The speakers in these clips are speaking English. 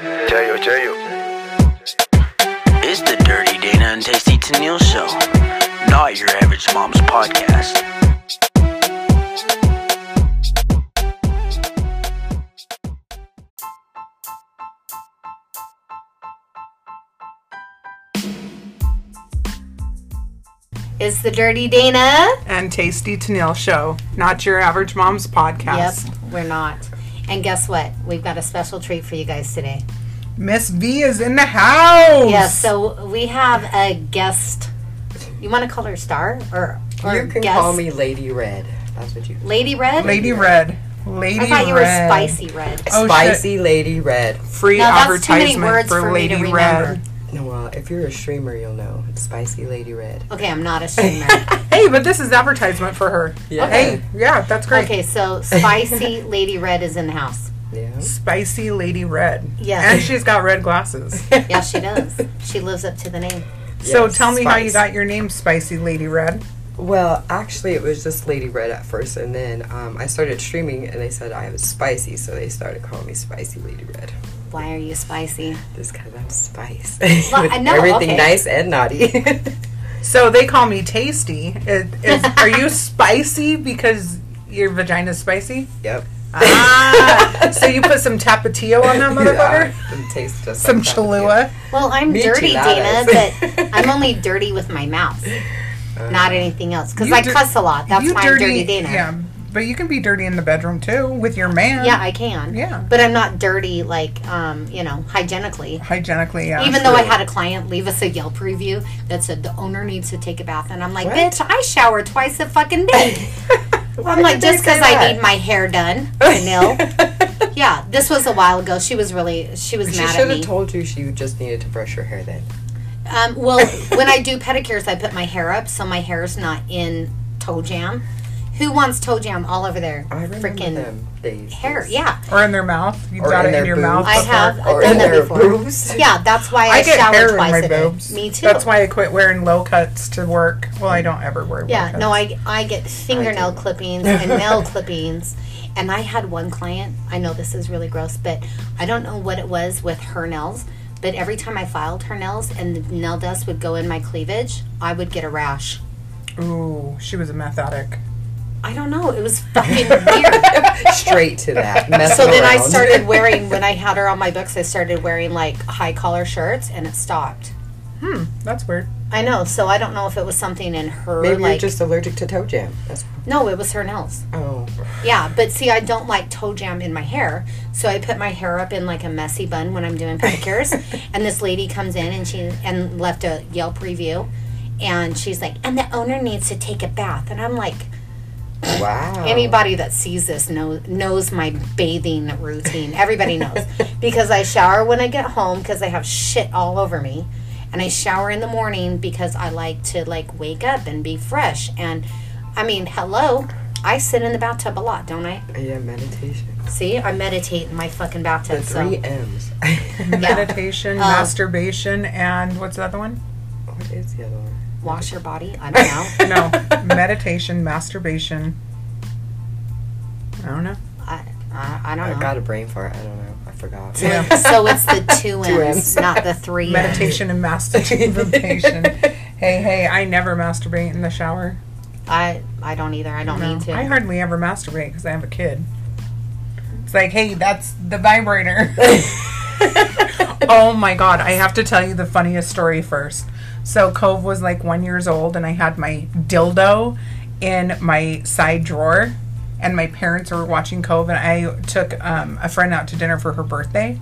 I tell you. It's the Dirty Dana and Tasty Tennille Show, not your average mom's podcast. It's the Dirty Dana. and Tasty Tennille Show, not your average mom's podcast. Yep, we're not. And guess what? We've got a special treat for you guys today. Miss V is in the house. Yes, so we have a guest. You want to call her star or or You can guest? call me Lady Red. That's what you. Lady Red. Lady Red. Lady I thought you were Red. spicy red. Oh, Spicy Lady Red. shit. Free Now, that's too many advertisement words for, for me to Lady remember. Red. Well, if you're a streamer, you'll know. It's Spicy Lady Red. Okay, I'm not a streamer. Oh. Hey, but this is advertisement for her. Yeah. Hey, yeah, that's great. okay, so spicy Lady Red is in the house. Yeah. Spicy Lady Red. Yes. And she's got red glasses. Yes, she does. She lives up to the name. so Yes, tell me how you spice. got your name, Spicy Lady Red. Well, actually, it was just Lady Red at first, and then um, I started streaming, and they said I was spicy, so they started calling me Spicy Lady Red. Why are you spicy? Just because I'm spice. Well, I know, Everything okay. nice and naughty. So they call me Tasty. It, is, are you spicy because your vagina's spicy? yep. Ah, so you put some tapatio on that motherfucker? Yeah, it tastes just Some like that, Cholula? Well, I'm Me dirty, too, Dana, Alice. but I'm only dirty with my mouth, not anything else. Because Uh, You I dir- cuss a lot. That's You why I'm dirty, Dana. Yeah, but you can be dirty in the bedroom too with your man. Yeah, I can. Yeah. But I'm not dirty, like, um, you know, hygienically. hygienically. Yeah, Even though I had a client leave us a Yelp review that said the owner needs to take a bath, and I'm like, What? bitch, I shower twice a fucking day. Why I'm like, did they just because I say that? need my hair done, Danil. yeah, this was a while ago. She was really, she was She mad at should me. have told you she just needed to brush her hair then. Um, well, when I do pedicures, I put my hair up so my hair's not in toe jam. Who wants toe jam all over their I remember freaking them days. hair? Yeah, or in their mouth. You Or got in it in their your boobs. mouth. I before. have. I've Or done in that their before. boobs. Yeah, that's why I, I get shower hair in twice my a day. boobs. Me too. That's why I quit wearing low cuts to work. Well, I don't ever wear. Yeah, low no, cuts. I I get fingernail clippings and nail clippings. And I had one client, I know this is really gross, but I don't know what it was with her nails, but every time I filed her nails and the nail dust would go in my cleavage, I would get a rash. Ooh, she was a meth addict. I don't know, it was fucking weird. Straight to that. So messing then I around. started wearing when I had her on my books, I started wearing like high collar shirts and it stopped. That's weird. I know, so I don't know if it was something in her Maybe like you're just allergic to toe jam. That's No, it was her nails. oh. Yeah, but see, I don't like toe jam in my hair, so I put my hair up in like a messy bun when I'm doing pedicures. and this lady comes in and she and left a Yelp review, and she's like, "And the owner needs to take a bath," and I'm like, Wow. anybody that sees this knows knows my bathing routine. Everybody knows because I shower when I get home because I have shit all over me, and I shower in the morning because I like to like wake up and be fresh. And I mean, hello. I sit in the bathtub a lot, don't I? Yeah, meditation. See, I meditate in my fucking bathtub. The so three M's. Meditation, Uh, masturbation, and what's the other one? what is the other one? wash your body. I don't know. No, meditation, masturbation. I don't know. I, I, I I don't know. got a brain fart. I don't know. I forgot. Yeah. So it's the two Two M's, Ms. not the three M's. Meditation and masturbation. hey, hey, I never masturbate in the shower. I, I don't either. I don't need to. I hardly ever masturbate because I have a kid. It's like, hey, that's the vibrator. oh my god, I have to tell you the funniest story first. So Cove was like one years old, and I had my dildo in my side drawer, and my parents were watching Cove, and I took um, a friend out to dinner for her birthday.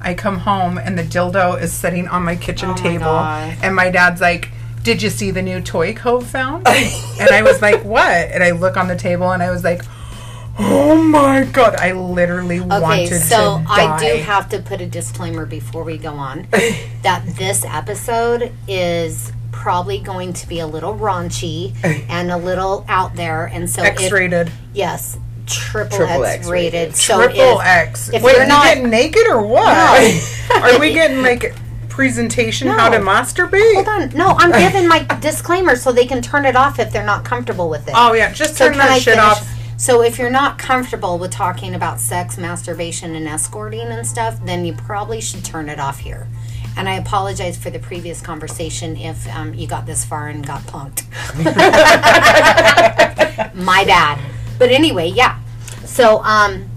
I come home and the dildo is sitting on my kitchen Oh my table, God. and my dad's like, "Did you see the new toy Cove found?" and I was like, "What?" And I look on the table, and I was like, "Oh my god!" I literally Okay, wanted so to I do die. have to put a disclaimer before we go on that this episode is probably going to be a little raunchy and a little out there, and so if- X-rated. yes, triple, Triple X, X rated. rated. So Triple if- X. if Wait, you're are not- we getting naked or what? Are we getting like presentation how to No. masturbate? Hold on. No, I'm giving my disclaimer so they can turn it off if they're not comfortable with it. Oh yeah, just So turn can that I shit finish? off. So if you're not comfortable with talking about sex, masturbation, and escorting and stuff, then you probably should turn it off here. And I apologize for the previous conversation if um, you got this far and got punked. My bad. But anyway, yeah. So um,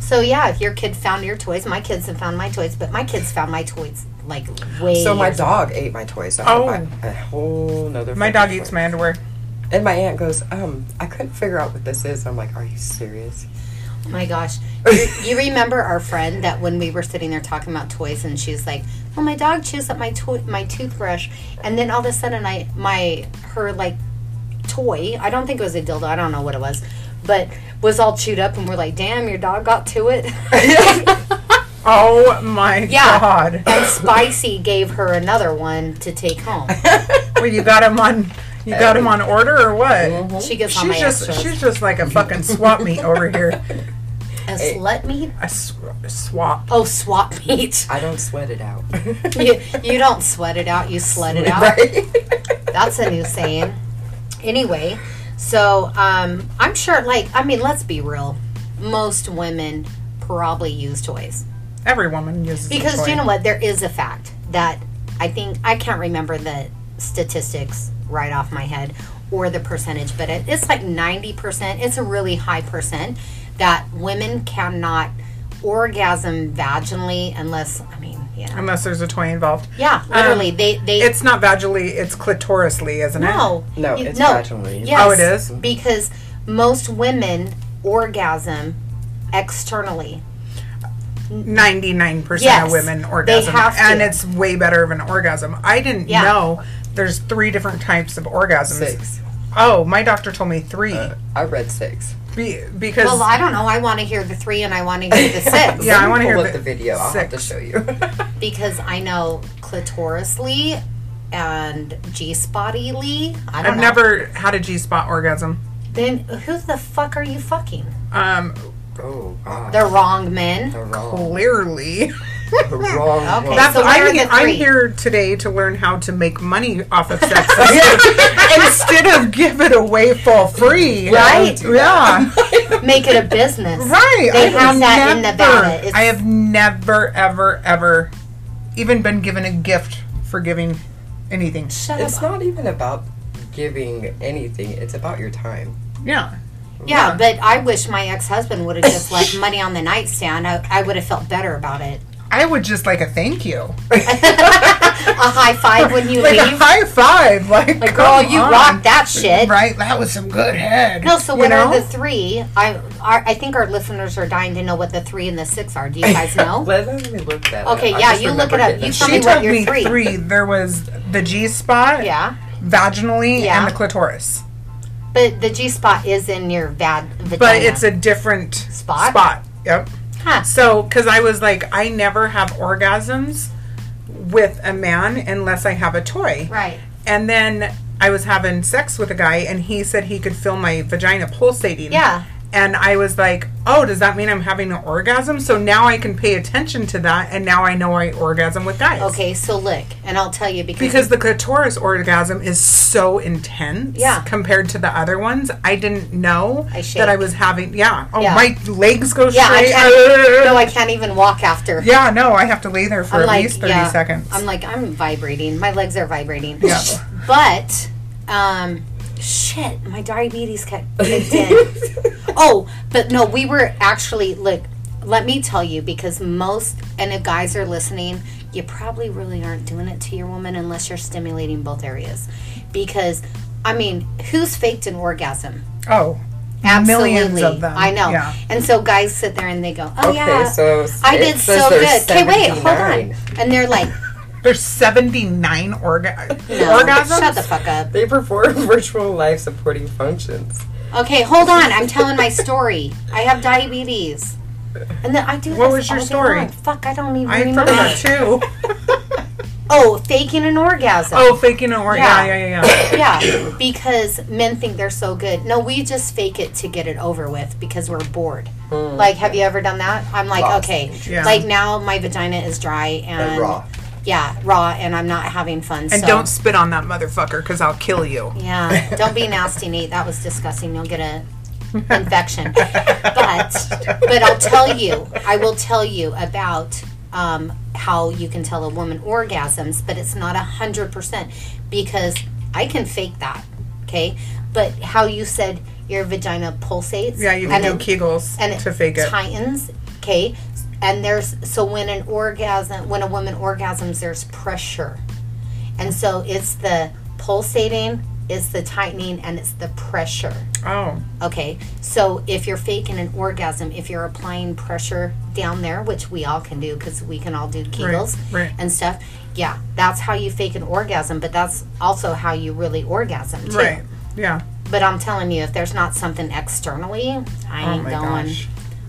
so yeah, if your kid found your toys, my kids have found my toys, but my kids found my toys like way. So my years- dog ate my toy, so Oh. I had to buy a whole nother. My fucking dog toy. eats my underwear. And my aunt goes, um, I couldn't figure out what this is. I'm like, are you serious? My gosh. You, you remember our friend that when we were sitting there talking about toys and she was like, "Well, my dog chews up my to- my toothbrush." And then all of a sudden I my her like toy, I don't think it was a dildo, I don't know what it was, but was all chewed up and we're like, "Damn, your dog got to it." Oh my Yeah. god. and Spicy gave her another one to take home. well, you got him on. You got him on order or what? She gets Um, mm-hmm. on my She's just extras. she's just like a fucking swap meet over here. a slut meat? A sw- swap. Oh, swap meat. I don't sweat it out. you, you don't sweat it out, you slut it out. That's a new saying. Anyway, so um, I'm sure, like, I mean, let's be real. Most women probably use toys. Every woman uses a Because toy. you know what? There is a fact that I think, I can't remember the statistics right off my head or the percentage, but it, it's like 90%. It's a really high percent that women cannot orgasm vaginally unless, I mean, yeah. Unless there's a toy involved. Yeah, literally. they, they, It's not vaginally. It's clitorally, isn't No. No, You- it's vaginally. Yes, Oh, it is? Because most women orgasm externally. it? Ninety nine percent Yes, of women they orgasm, have to. and it's way better of an orgasm. I didn't Yeah. know there's three different types of orgasms. six. Uh, Oh, my doctor told me three I read six. Be- because Well, I don't know. I want to hear the three and I want to hear the six Yeah, I wanna to hear pull the up the video. i I'll have to six. show you. because I know clitorisly and G spottyly. I don't I've know. never had a G spot orgasm. Then who the fuck are you fucking? Um, oh God, The wrong men. the wrong, clearly. the wrong Okay. one. That's So where I'm, are the he- I'm three? here today to learn how to make money off of sex instead of give it away for free. Right. Yeah. Make it a business. Right. They have that in Nevada. It's- I have never, ever, ever even been given a gift for giving anything. Shut It's up. not even about giving anything. It's about your time. Yeah. Yeah, but I wish my ex husband would have just left money on the nightstand. I, I would have felt better about it. I would just like a thank you. A high five when you Like leave. a high five. Like, Like, girl, you on. rock that shit. Right? That was some good head. No, so you what know? are the three? I are, I think our listeners are dying to know what the three and the six are. Do you guys know? Let, let me look that up. Oh. Okay, I yeah, just you look remember it up. getting You that tell shit. me she what told your me three- three. There was the G spot, yeah, vaginally, Yeah. and the clitoris. but the G spot is in your vad vagina. But it's a different Spot? Spot. Yep. Huh. So, because I was like, I never have orgasms with a man unless I have a toy. right. And then I was having sex with a guy, and he said he could feel my vagina pulsating. Yeah. And I was like, oh, does that mean I'm having an orgasm? So now I can pay attention to that, and now I know I orgasm with guys. Okay, so lick, and I'll tell you because, Because the clitoris orgasm is so intense Yeah. compared to the other ones. I didn't know I shake. that I was having, yeah. Oh, Yeah. my legs go yeah, I straight. can't. no, I can't even walk after. Yeah, no, I have to lay there for I'm at like, least 30 yeah, seconds. I'm like, I'm vibrating. My legs are vibrating. Yeah. But, um, shit, my diabetes cut kicked in. oh, but no, we were actually, look, let me tell you, because most, and if guys are listening, you probably really aren't doing it to your woman unless you're stimulating both areas. Because, I mean, who's faked an orgasm? oh, Absolutely. millions of them. I know. Yeah. And so guys sit there and they go, oh, Okay, yeah. so I it did says so there's good. Okay, wait, hold on. 79. And they're like, There's 79 orga- no, orgasms. shut the fuck up. They perform virtual life supporting functions. Okay, hold on. I'm telling my story. I have diabetes. And then I do What this was your all day story? long. Fuck, I don't even I remember. forgot too. Oh, faking an orgasm. Oh, faking an orgasm. Yeah. Yeah, yeah, yeah. Yeah, because men think they're so good. No, we just fake it to get it over with because we're bored. Like, have you ever done that? I'm like, Hmm. Lost okay. Yeah. Like, now my vagina is dry and. And raw. Yeah, raw, and I'm not having fun. And so. don't spit on that motherfucker because I'll kill you. Yeah, don't be nasty, Nate. That was disgusting. You'll get a infection. but but I'll tell you, I will tell you about um, how you can tell a woman orgasms, but it's not a hundred percent because I can fake that. Okay, but how you said your vagina pulsates. Yeah, you can and do it- Kegels and it to fake it. tightens. Okay, and there's so when an orgasm, when a woman orgasms, there's pressure, and so it's the pulsating, it's the tightening, and it's the pressure. Oh, Okay, so if you're faking an orgasm, if you're applying pressure down there, which we all can do because we can all do Kegels right. and stuff, yeah, that's how you fake an orgasm, but that's also how you really orgasm too. right. Yeah. But I'm telling you, if there's not something externally, I Oh ain't my going. gosh.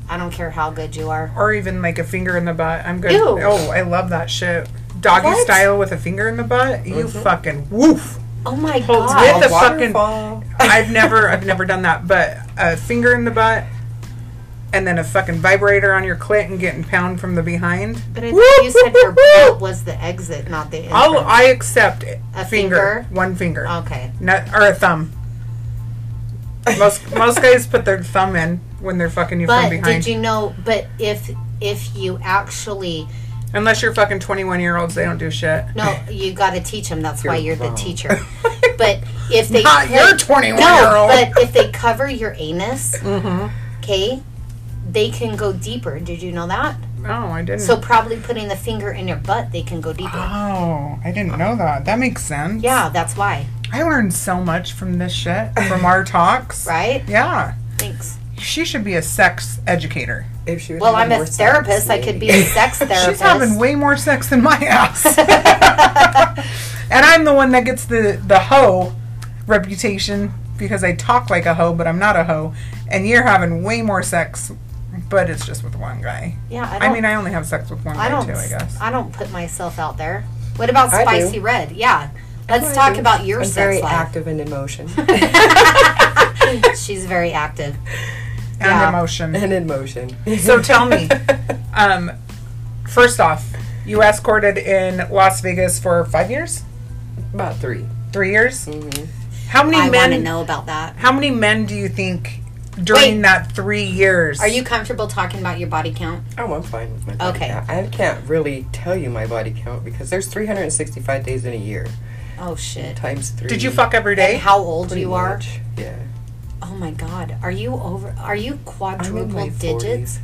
I don't care how good you are. Or even like a finger in the butt. I'm good. Ew. Oh, I love that shit. Doggy What? Mm-hmm. style with a finger in the butt. You fucking woof. Oh my Holds god! with the Waterfall. fucking. I've never, I've never done that, but a finger in the butt, and then a fucking vibrator on your clit and getting pound from the behind. but I thought you said your butt was the exit, not the entrance. I'll, I accept it. A finger? Oh. one finger, okay. No- or a thumb. Most most guys put their thumb in when they're fucking you But from behind. did you know? But if if you actually Unless you're fucking 21 year olds, they don't do shit. No, you got to teach them. That's why you're You're the wrong. teacher. But if they Not co- your 21 year no, old. but if they cover your anus, Mm-hmm. okay, they can go deeper. Did you know that? No, I didn't. So probably putting the finger in your butt, they can go deeper. Oh, I didn't know that. That makes sense. Yeah, that's why, I learned so much from this shit, from our talks. right? Yeah. Thanks. She should be a sex educator. If she was Well, having I'm a more sex, therapist. I maybe. could be a sex therapist. She's having way more sex than my ass. and I'm the one that gets the, the hoe reputation because I talk like a hoe, but I'm not a hoe. And you're having way more sex, but it's just with one guy. yeah, I, I, don't, mean, I only have sex with one I guy don't. too, I guess. I don't put myself out there. What about I do. spicy red? Yeah. Let's I talk do. about your I'm sex very life. active in emotion She's very active. and yeah. emotion. and in motion. So tell me, um, first off, you escorted in Las Vegas for five years, About three. Mm-hmm. three years. How many I want to men? know about that. How many men do you think during Wait. that three years? Are you comfortable talking about your body count? Oh, I'm fine with my body Okay. count. I can't really tell you my body count because there's 365 days in a year Oh shit. times three. Did you fuck every day? And how old pretty you are? much. Yeah. Oh my god. Are you over are you I'm in quadruple my digits?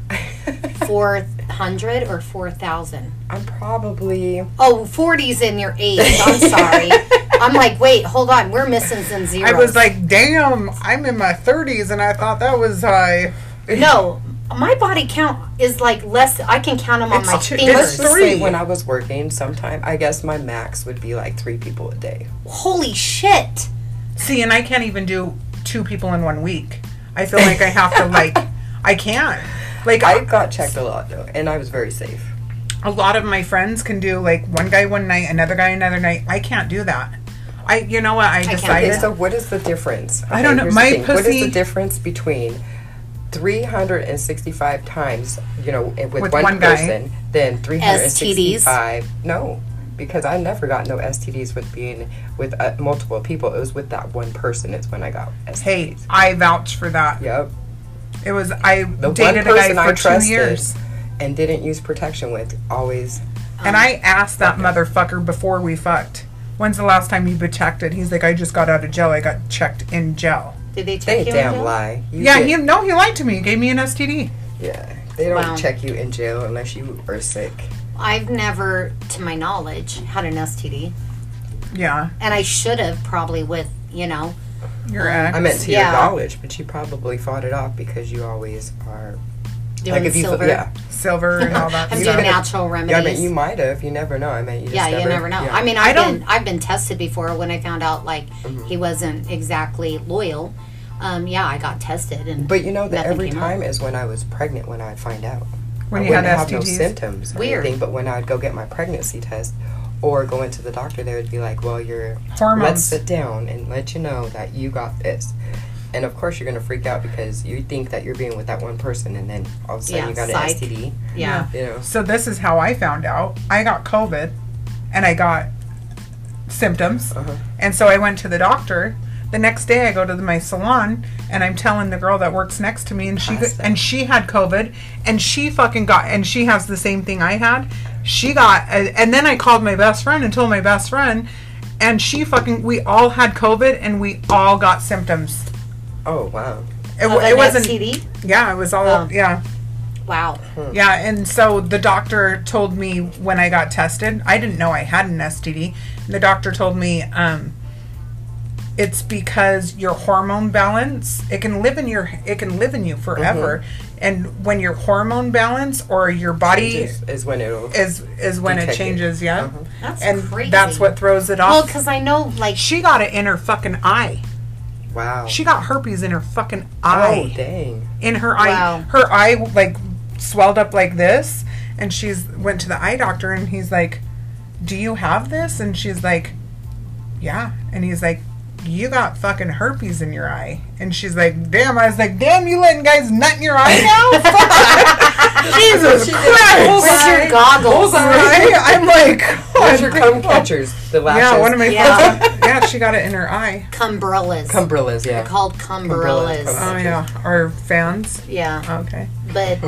40s. 400 or 4000? I'm probably. Oh, 40's in your age. I'm sorry. I'm like, "Wait, hold on. We're missing some zeros." I was like, damn, I'm in my 30s, and I thought that was high. "No, my body count is like less I can count them on It's my two- fingers." it's Let's just say Three. when I was working, sometime I guess my max would be like three people a day. Holy shit. See, and I can't even do two people in one week. I feel like I have to like, I can't. Like I got checked a lot though, and I was very safe. a lot of my friends can do like one guy one night, another guy another night. I can't do that. I, you know what? I decided. Okay, so what is the difference? I don't know. here's the My thing. What is pussy- the difference between 365 times, you know, eh, with, With one, one guy. person than 365? No, because I never got no STDs with being with uh, multiple people. It was with that one person is when I got STDs. Hey, I vouch for that. Yep. It was I The dated a one guy person I for two trusted years, and didn't use protection with always. and I Um, asked that motherfucker before we fucked. When's the last time you protected? He's like, I just got out of jail. I got checked in jail. Did they check They you damn in jail? lie. You yeah, get- he no, he lied to me. He gave me an STD. Yeah. They don't Wow. check you in jail unless you are sick. I've never to my knowledge had an STD. Yeah, and I should have probably with you know your ex. I meant to Yeah. your knowledge, but you probably fought it off because you always are doing if you feel- silver. yeah. silver and all that I'm stuff. doing natural Yeah, I remedies. mean, you might have. You never know. I mean, you just yeah, never, you never know. yeah. I mean, I I've don't- been I've been tested before when I found out like Mm-hmm. he wasn't exactly loyal. Um, yeah, I got tested and but you know that nothing every came time is when I was pregnant when I find out. When I you had wouldn't have no STDs? symptoms or Weird. anything, but when I'd go get my pregnancy test or go into the doctor, they would be like, "Well, you're Let's Hormones. sit down and let you know that you got this." And of course, you're gonna freak out because you think that you're being with that one person, and then all of a sudden Yeah, you got psych. an STD. Up. Yeah. You know, So this is how I found out. I got COVID, and I got symptoms, Uh-huh. and so I went to the doctor. The next day, I go to the, my salon, and I'm telling the girl that works next to me, and she Pasta. and she had COVID, and she fucking got, and she has the same thing I had. She got, and then I called my best friend and told my best friend, and she fucking, we all had COVID, and we all got symptoms. Oh wow. It, Of wa- an it wasn't. STD? Yeah, it was all. Oh. Yeah, Wow. yeah, and so the doctor told me when I got tested, I didn't know I had an STD. The doctor told me um, it's because your hormone balance it can live in your it can live in you forever, Mm-hmm. and when your hormone balance or your body Is, is when it'll. is is when it Detected. Mm-hmm. changes, yeah, That's and crazy. that's what throws it Well, off. because I know, like, she got it in her fucking eye. wow. She got herpes in her fucking oh eye dang. in her Wow. eye her eye like swelled up like this and she's went to the eye doctor and he's like do you have this and she's like yeah and he's like you got fucking herpes in your eye and she's like damn i was like damn you letting guys nut in your eye now Fuck. jesus christ where's your goggles? Right? i'm like oh, Those are cum catchers. The lashes. yeah one of my Yeah. yeah she got it in her eye Cumbrellas. Cumbrellas, yeah. called cumbrellas. Cumbrellas. oh yeah our fans Yeah. okay But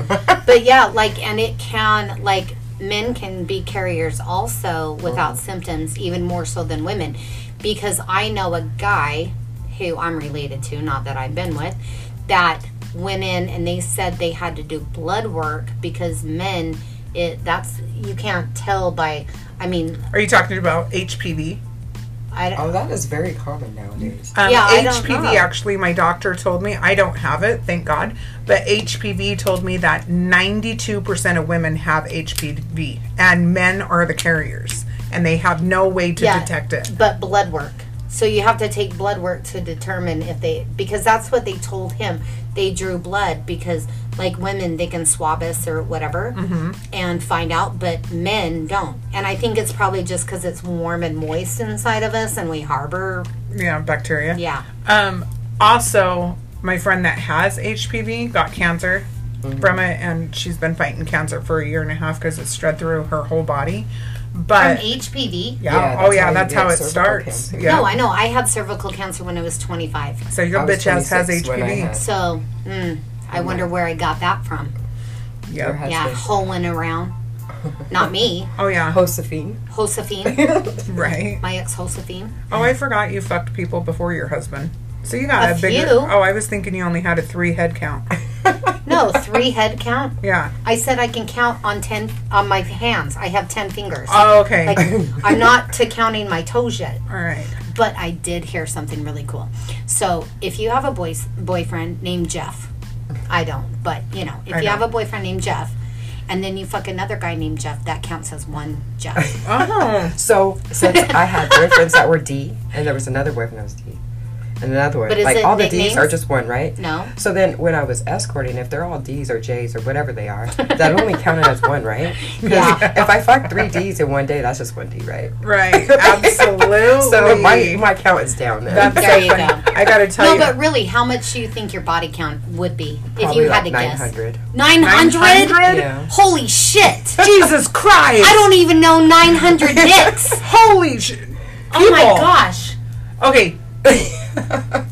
but yeah, like and it can like men can be carriers also without symptoms even more so than women because I know a guy who I'm related to, not that I've been with, that went in and they said they had to do blood work because men it that's you can't tell by I mean are you talking about hpv I don't Oh, that is very common nowadays. Um, Yeah, I don't HPV know. actually, my doctor told me I don't have it, thank God. But HPV told me that 92% of women have HPV, and men are the carriers, and they have no way to Yeah. detect it. but blood work. So you have to take blood work to determine if they because that's what they told him. They drew blood because like women they can swab us or whatever Mm-hmm. and find out, but men don't. And I think it's probably just because it's warm and moist inside of us and we harbor Yeah, bacteria. yeah. Um, also, my friend that has HPV got cancer from it, and she's been fighting cancer for a year and a half because it's spread through her whole body. From But HPV. yeah, Yeah, oh that's how yeah, you that's get how it cervical starts. cancer. Yeah. No, I know. I had cervical cancer when I was 25. so your I was bitch ass has 26 when I HPV. had it. So, mm, I wonder where I got that from. Your Yeah. Yeah, husband. holing around. Not me, Oh yeah. Josephine. Josephine, Right. my ex Josephine. Oh, I forgot you fucked people before your husband. So you got A a, bigger. few. Oh, I was thinking you only had a three head count. No, three head count. Yeah. I said I can count on ten on my hands. I have ten fingers. Oh, okay. like I'm not to counting my toes yet, All right. but I did hear something really cool. So if you have a boy boyfriend named Jeff, I don't, but you know, if you know. have a boyfriend named Jeff, and then you fuck another guy named Jeff, that counts as one Jeff. Oh, So since I had boyfririends that were D, and there was another boyfriend that was D, and another one. But is like it all the nicknames? D's are just one, right? No. So then when I was escorting, if they're all D's or J's or whatever they are, that only counted as one, right? 'Cause Yeah. If I fuck three D's in one day, that's just one D, right? right. Absolutely. So my my count is down then. That's There so you funny. go. I gotta tell no, you. but really, how much do you think your body count would be if Probably you had like to nine guess? hundred. Nine hundred. 900? Yeah. Holy shit! Jesus Christ. I don't even know nine hundred dicks. Holy sh. Oh my people. gosh. Okay.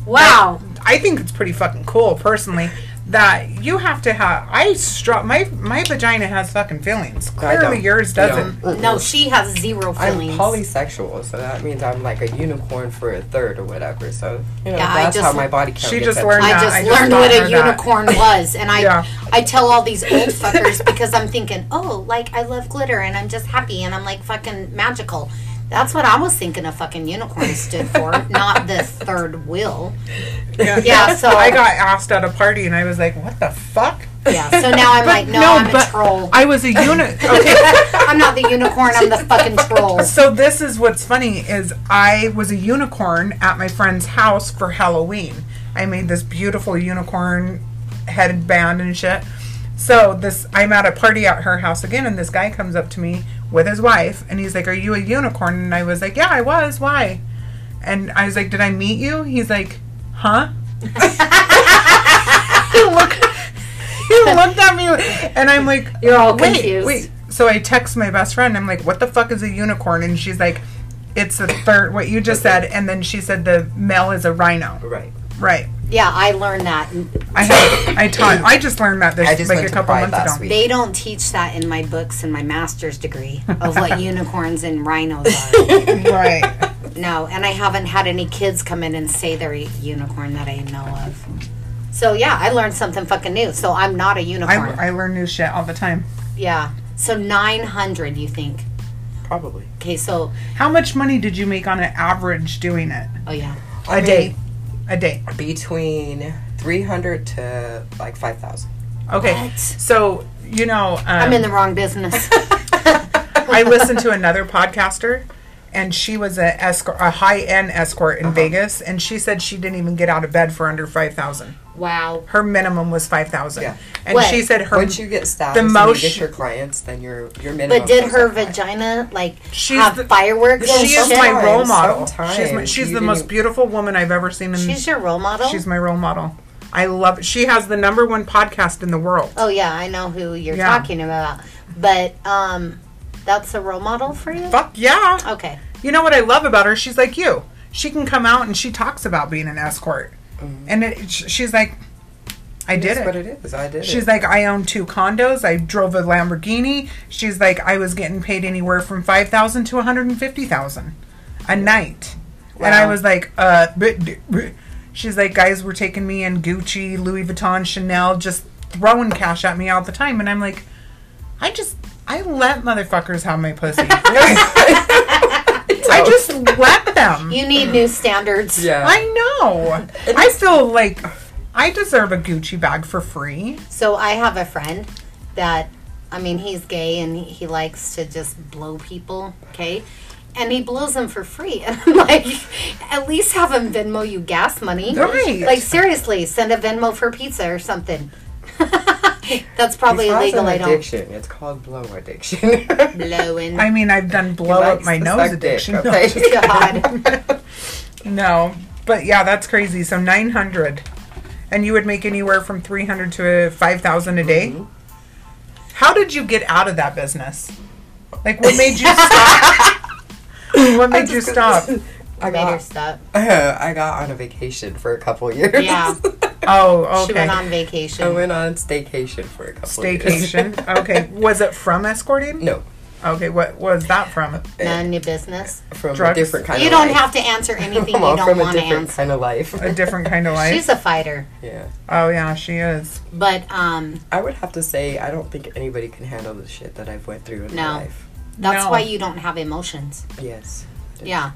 Wow. I think it's pretty fucking cool, personally. That you have to have. I str- my my vagina has fucking feelings. I don't. Clearly, yours doesn't. No. No, she has zero I'm feelings. polysexual, so that means I'm like a unicorn for a third or whatever. So you know Yeah, I that's just- how my body count. She gets just up. learned I that. just I learned taught what a her that. unicorn was, and I Yeah. I tell all these old fuckers because I'm thinking, oh, like I love glitter and I'm just happy and I'm like fucking magical. That's what I was thinking a fucking unicorn stood for, not the third wheel. Yeah. Yeah, so I got asked at a party and I was like, "What the fuck?" yeah. So now I'm like, no, I'm a troll. I was a unit. Okay, I'm not the unicorn. I'm the fucking troll. so this is what's funny is I was a unicorn at my friend's house for Halloween. I made this beautiful unicorn headband and shit. So this, I'm at a party at her house again, and this guy comes up to me with his wife, and he's like, "Are you a unicorn?" And I was like, "Yeah, I was. Why?" And I was like, "Did I meet you?" He's like, "Huh?" he looked, he looked at me, and I'm like, You're all Wait, confused. Wait. So I text my best friend. I'm like, "What the fuck is a unicorn?" And she's like, "It's a third what you just said." And then she said the male is a rhino. Right. Right. Yeah, I learned that. I have, I taught. I just learned that this I just like went a to couple Pride months last ago. week. They don't teach that in my books in my master's degree of what unicorns and rhinos are. right. No, and I haven't had any kids come in and say they're a unicorn that I know of. So yeah, I learned something fucking new. So I'm not a unicorn. I, I learn new shit all the time. yeah. So 900, you think? Probably. Okay, so How much money did you make on an average doing it? oh yeah, A mean- day. A day. Between 300 to like 5,000. Okay. What? So, you know, um, I'm in the wrong business. I listened to another podcaster, and she was a escort, a high end escort in Uh-huh. Vegas, and she said she didn't even get out of bed for under five thousand. wow. Her minimum was five thousand, Yeah. and What? she said her Once you get status the and most- you get your clients, then your, your minimum. But did goes her up high. vagina like She's have the- fireworks? she and is shit? my Sometimes, role model. She's, my, sometimes she's you the didn't most even- beautiful woman I've ever seen. In, She's your role model. she's my role model. I love. She has the number one podcast in the world. oh yeah, I know who you're Yeah. talking about. But um, that's a role model for you. Fuck yeah! Okay. You know what I love about her? She's like you. She can come out and she talks about being an escort, and it, sh- she's like, I did That's it. what Mm-hmm. it is. I did She's it. like, I own two condos. I drove a Lamborghini. She's like, I was getting paid anywhere from five thousand to one hundred and fifty thousand a night, and I Wow. was like, uh. but- but- She's like, guys were taking me in Gucci, Louis Vuitton, Chanel, just throwing cash at me all the time, and I'm like, I just, I let motherfuckers have my pussy. I just let them. You need new standards. Yeah. I know. I feel like I deserve a Gucci bag for free. So I have a friend that, I mean, he's gay and he, he likes to just blow people, okay? And he blows them for free. And I'm like, at least have him Venmo you gas money. Right. Like, seriously, send a Venmo for pizza or something. That's probably It's also illegal. an I don't addiction. It's called blow addiction. blow in. I mean, I've done blow up Likes my to nose suck dick, addiction. okay? God. No, but yeah, that's crazy. So nine hundred, and you would make anywhere from three hundred to five thousand a day. Mm-hmm. How did you get out of that business? Like, what made you stop? what made you stop? I Made her got, stop. I got on a vacation for a couple years. Yeah. Oh, She went on okay. vacation. I went on staycation for a couple years. Staycation. Okay, was it from escorting? No, Okay, what was that from? None your business. from Drugs. a different kind You of don't life. have to answer anything you Come on, don't from a want to different answer. kind of life. A different kind of life. She's a fighter. yeah. oh yeah, she is. But um, I would have to say I don't think anybody can handle the shit that I've went through in No. my life. That's No. why you don't have emotions. Yes. Yeah.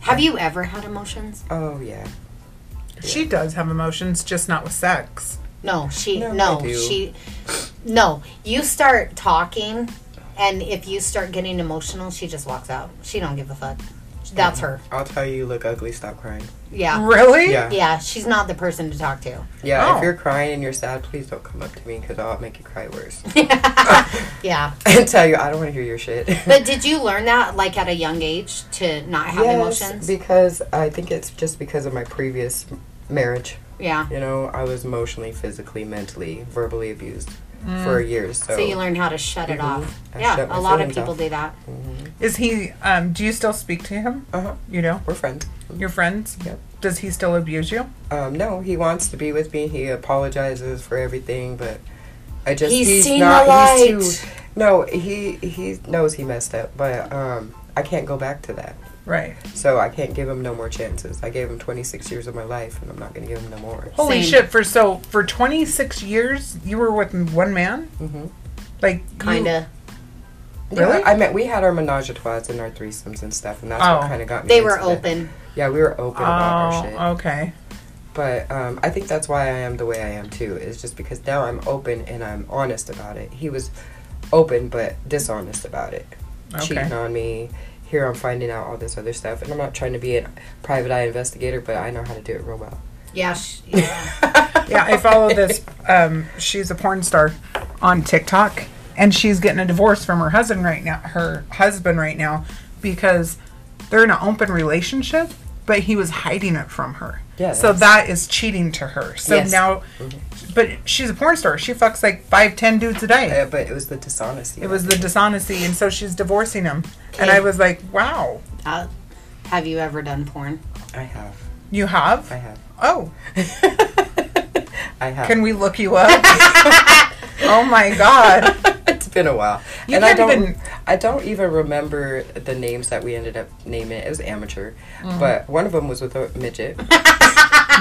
Have you ever had emotions? Oh yeah. She does have emotions, just not with sex. No, she No, no, I do. she No, you start talking and if you start getting emotional, she just walks out. She don't give a fuck. That's her. I'll tell you, you look ugly. Stop crying. Yeah. Really? Yeah. Yeah, she's not the person to talk to. Yeah, Oh. if you're crying and you're sad, please don't come up to me because I'll make you cry worse. Yeah. and tell you I don't want to hear your shit. But did you learn that like at a young age to not have Yes, emotions? because I think it's just because of my previous m- marriage. yeah. You know, I was emotionally, physically, mentally, verbally abused for years. So, Mm. So you learn how to shut it off. Oh. Mm-hmm. I yeah, shut my a lot of feelings people off. do that. Is he? Um, do you still speak to him? uh-huh, You know, we're friends. your friends. Yep. Does he still abuse you? Um, no, he wants to be with me. He apologizes for everything, but I just He's he's, seen not. the He's too. No, he he knows he messed up, but um, I can't go back to that. Right. So I can't give him no more chances. I gave him 26 years of my life, and I'm not going to give him no more. Holy Same. shit! For so for 26 years, you were with m- one man. Mhm. Like you- Kinda. Mm-hmm. Really? Yeah, I meant we had our menage a trois and our threesomes and stuff, and that's Oh. what kind of got me. They into were the- open. Yeah, we were open about our shit. oh, okay. But um, I think that's why I am the way I am too. Is just because now I'm open and I'm honest about it. He was open but dishonest about it, Okay. cheating on me. Here I'm finding out all this other stuff, and I'm not trying to be a private eye investigator, but I know how to do it real well. Yeah, sh- yeah. Yeah, I follow this. Um, she's a porn star on TikTok, and she's getting a divorce from her husband right now. Her husband right now because they're in an open relationship, but he was hiding it from her. Yeah, So that's- that is cheating to her. So Yes. Mm-hmm. now, but she's a porn star. She fucks like five, ten dudes a day. Uh, but it was the dishonesty. It was the dishonesty, and so she's divorcing him. And I was like, wow, Uh, have you ever done porn? I have. you have? I have. Oh, I have. can we look you up? oh my god. it's been a while, You and I could don't. have been- I don't even remember the names that we ended up naming. It was amateur, Mm-hmm. but one of them was with a midget.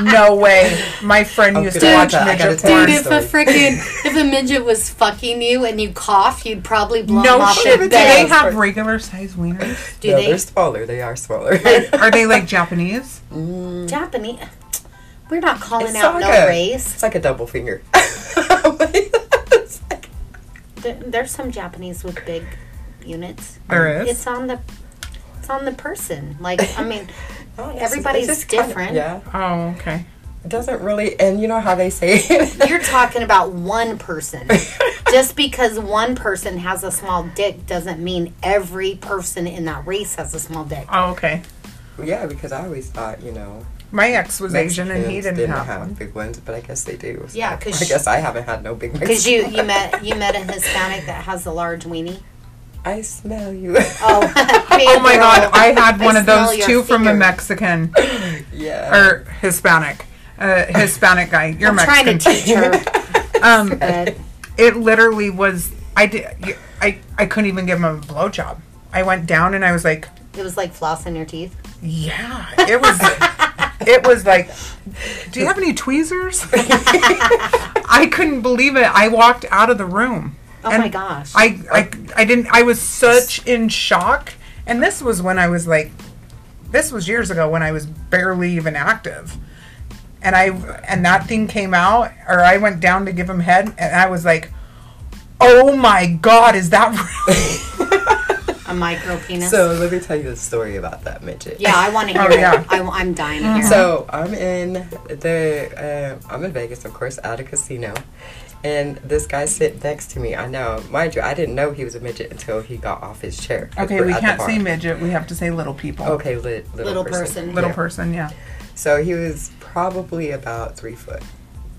No way. My friend used to good watch God, I gotta midget tell you. Dude, porn. if a freaking if a midget was fucking you and you cough, you'd probably blow him No off shit. in Do bed. they have regular size wieners? Do no, they they're smaller. They are smaller. Are they like Japanese? Japanese? We're not calling It's out saga. no race. it's like a double finger. There, there's some Japanese with big units. There is. It's on the it's on the person. Like I mean, Everybody's Everybody's different. yeah, Oh, okay. it doesn't really. And you know how they say you're talking about one person. Just because one person has a small dick doesn't mean every person in that race has a small dick. Oh, okay. yeah, because I always thought you know My ex was Asian and he Mexicans didn't, have, one. big ones, but I guess they do. so Yeah, 'cause I sh- guess I haven't had no big. Because Because you you met you met a Hispanic that has a large weenie. I smell you. Oh, Oh my god, I had one of smell those your too from a fingers. Mexican yeah. or Hispanic. Uh, Hispanic guy. You're I'm trying Mexican. to teach her. Um, but it literally was. I did. I I couldn't even give him a blowjob. I went down and I was like, it was like floss in your teeth. yeah, it was. it was like, do you have any tweezers? I couldn't believe it. I walked out of the room. Oh And my gosh. I, I I didn't. I was such in shock. And this was when I was like, this was years ago when I was barely even active. And I and that thing came out, or I went down to give him head, and I was like, "Oh my god, is that real?" a micro penis. So let me tell you a story about that midget. yeah, I want to hear Oh, yeah. it. I, I'm dying to hear it. So Uh-huh. I'm in the uh, I'm in Vegas, of course, at a casino, and this guy sit next to me. I know, mind you, I didn't know he was a midget until he got off his chair. okay, We're we at the can't bar. say midget. We have to say little people. Okay, lit, little, Little person. person. Little Yeah. person, yeah. So he was probably about three foot.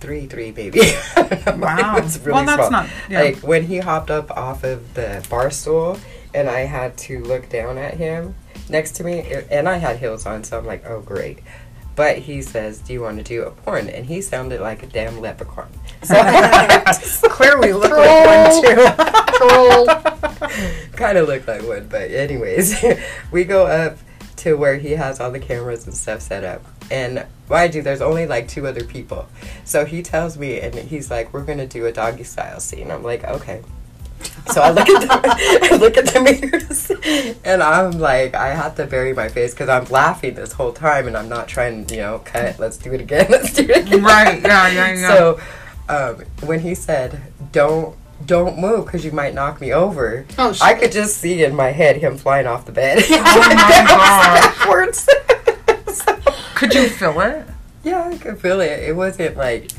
Three, three, maybe. I don't know. Wow. It was really Well, that's small. not- yeah. Like when he hopped up off of the bar stool, and I had to look down at him next to me, a- and I had heels on, so I'm like, oh great. But he says, "Do you want to do a porn?" And he sounded like a damn leprechaun. So Clearly, look like one too. kind of looked like one, but anyways, we go up to where he has all the cameras and stuff set up. And mind you, there's only like two other people. So he tells me, and he's like, "We're gonna do a doggy style scene." I'm like, "Okay." So I look at the I look at the mirrors, and I'm like, I have to bury my face because I'm laughing this whole time, and I'm not trying, you know, cut. Let's do it again. Let's do it again. Right, yeah, yeah, yeah. So um, when he said, "Don't." Don't move because you might knock me over. Oh, I shit. could just see in my head him flying off the bed. oh my god. Backwards. So, Could you feel it? yeah, I could feel it. It wasn't like,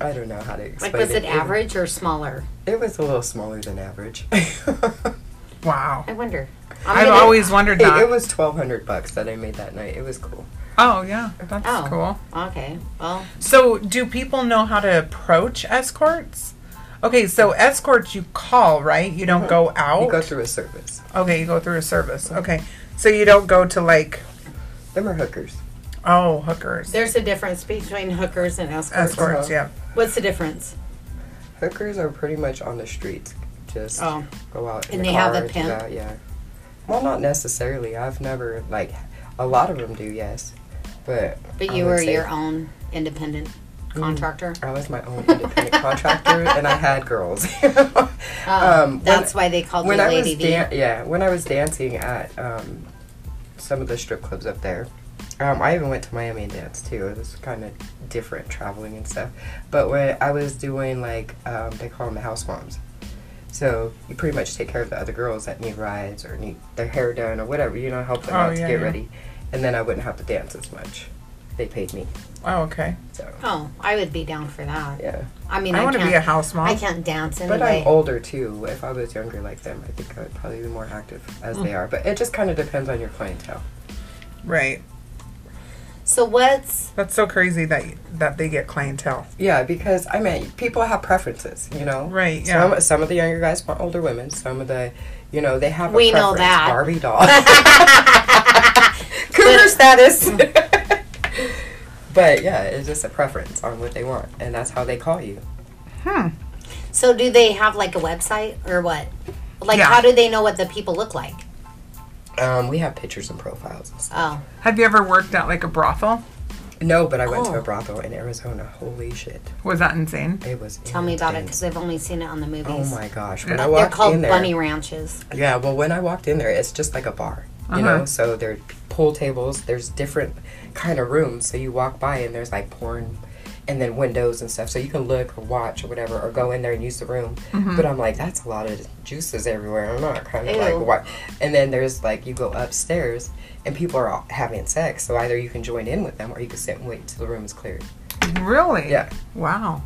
I don't know how to explain like, was it. it average or smaller? It was a little smaller than average. Wow. I wonder. I've gonna- always wondered Hey, that. it was twelve hundred bucks that I made that night. It was cool. oh, yeah. That's Oh. cool. Okay. Well, So, do people know how to approach escorts? Okay, so escorts you call, right? You don't go out. You go through a service. okay, you go through a service. Okay, so you don't go to like Them are hookers. oh hookers, there's a difference between hookers and escorts. escorts. Yeah, uh-huh. What's the difference? Hookers are pretty much on the streets. Just Oh. go out in And the they have car a do pimp? that, yeah. Well, not necessarily. I've never like a lot of them do. Yes, but But I you would were say your own independent Mm. contractor. I was my own independent contractor, and I had girls. um, Oh, That's why they called you when I was Lady V. dan- yeah, when I was dancing at um, some of the strip clubs up there, um, I even went to Miami and danced too. It was kind of different traveling and stuff. But when I was doing like um, they call them the house moms, so you pretty much take care of the other girls that need rides or need their hair done or whatever. You know, help them Oh, out yeah, to get yeah. ready, and then I wouldn't have to dance as much. They paid me, Oh, okay. so Oh, I would be down for that. yeah. I mean, I I, wanna be can't- a house mom. I can't dance anyway. But I'm older too. If I was younger like them, I think I would probably be more active as Mm. they are. But it just kind of depends on your clientele. Right. so what's That's so crazy that that they get clientele. Yeah, because I mean, people have preferences, you know. Right, yeah. Some, some of the younger guys want older women. Some of the, you know, they have. A We know preference. that. Mm. Barbie doll. Cougar status. But yeah, it's just a preference on what they want, and that's how they call you. So do they have like a website or what? Like Yeah. how do they know what the people look like? Um, we have pictures and profiles. And stuff. Oh, Have you ever worked at like a brothel? No, but I went to Oh. a brothel in Arizona. Holy shit, Was that insane? it was. tell me about it intense. because I've only seen it on the movies. Oh my gosh! When I They're walked called in there, bunny ranches. Yeah, well, when I walked in there, it's just like a bar, you Uh-huh. know. So there are pool tables. There's different kind of rooms. So you walk by and there's like porn, and then windows and stuff. So you can look or watch or whatever, or go in there and use the room. Mm-hmm. But I'm like, that's a lot of juices everywhere. I'm not kind of Ew. like what. And then there's like you go upstairs and people are all having sex. So either you can join in with them or you can sit and wait till the room is cleared. Really? Yeah. Wow. Wow.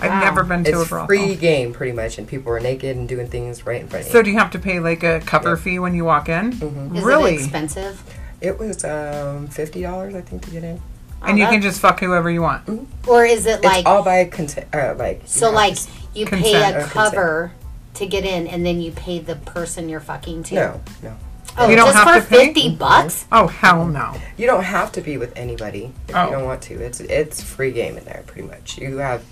I've never been to a It's brothel. free game pretty much, and people are naked and doing things right in front of you. So do you have to pay like a cover fee when you walk in? Is Really? it expensive? It was um, fifty dollars, I think, to get in. Oh, and you that- Mm-hmm. can just fuck whoever you want. or is it like it's all by consent. Uh, like you so have like to- you Consent pay or a consent. cover to get in and then you pay the person you're fucking to? no, no. Oh, You don't just have for to pay? 50 bucks? Oh hell no. You don't have to be with anybody if Oh. you don't want to. It's it's free game in there, pretty much. You have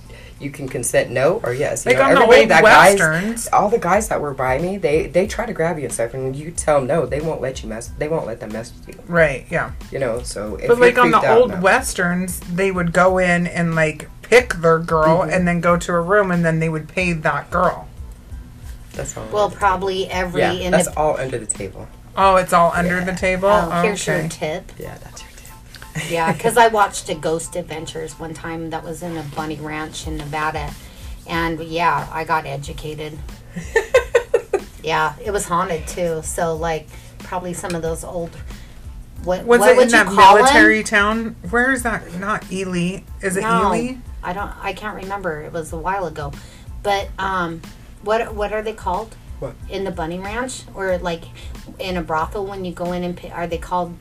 you can consent no or yes. You Like on the old westerns. guys, all the guys that were by me, they they try to grab you and stuff, and when you tell them no, they won't let you mess. They won't let them mess with you. Right, yeah. You know, so if But you're like on the creeped out, old no. westerns, they would go in and like pick their girl and then go to a room and then they would pay that girl. that's all. Well, probably every yeah, indep- that's all under the table. Oh, it's all under the table. Oh, okay. here's your tip. Yeah, that's your table. Yeah, because I watched a Ghost Adventures one time that was in a bunny ranch in Nevada, and yeah, I got educated. yeah, it was haunted too. So like, probably some of those old. What was what it would in you that call 'em? military town? Where is that? Not Ely. Is it No, Ely? I don't. I can't remember. It was a while ago, but um, what what are they called? What? in the bunny ranch or like in a brothel when you go in and pay, are they called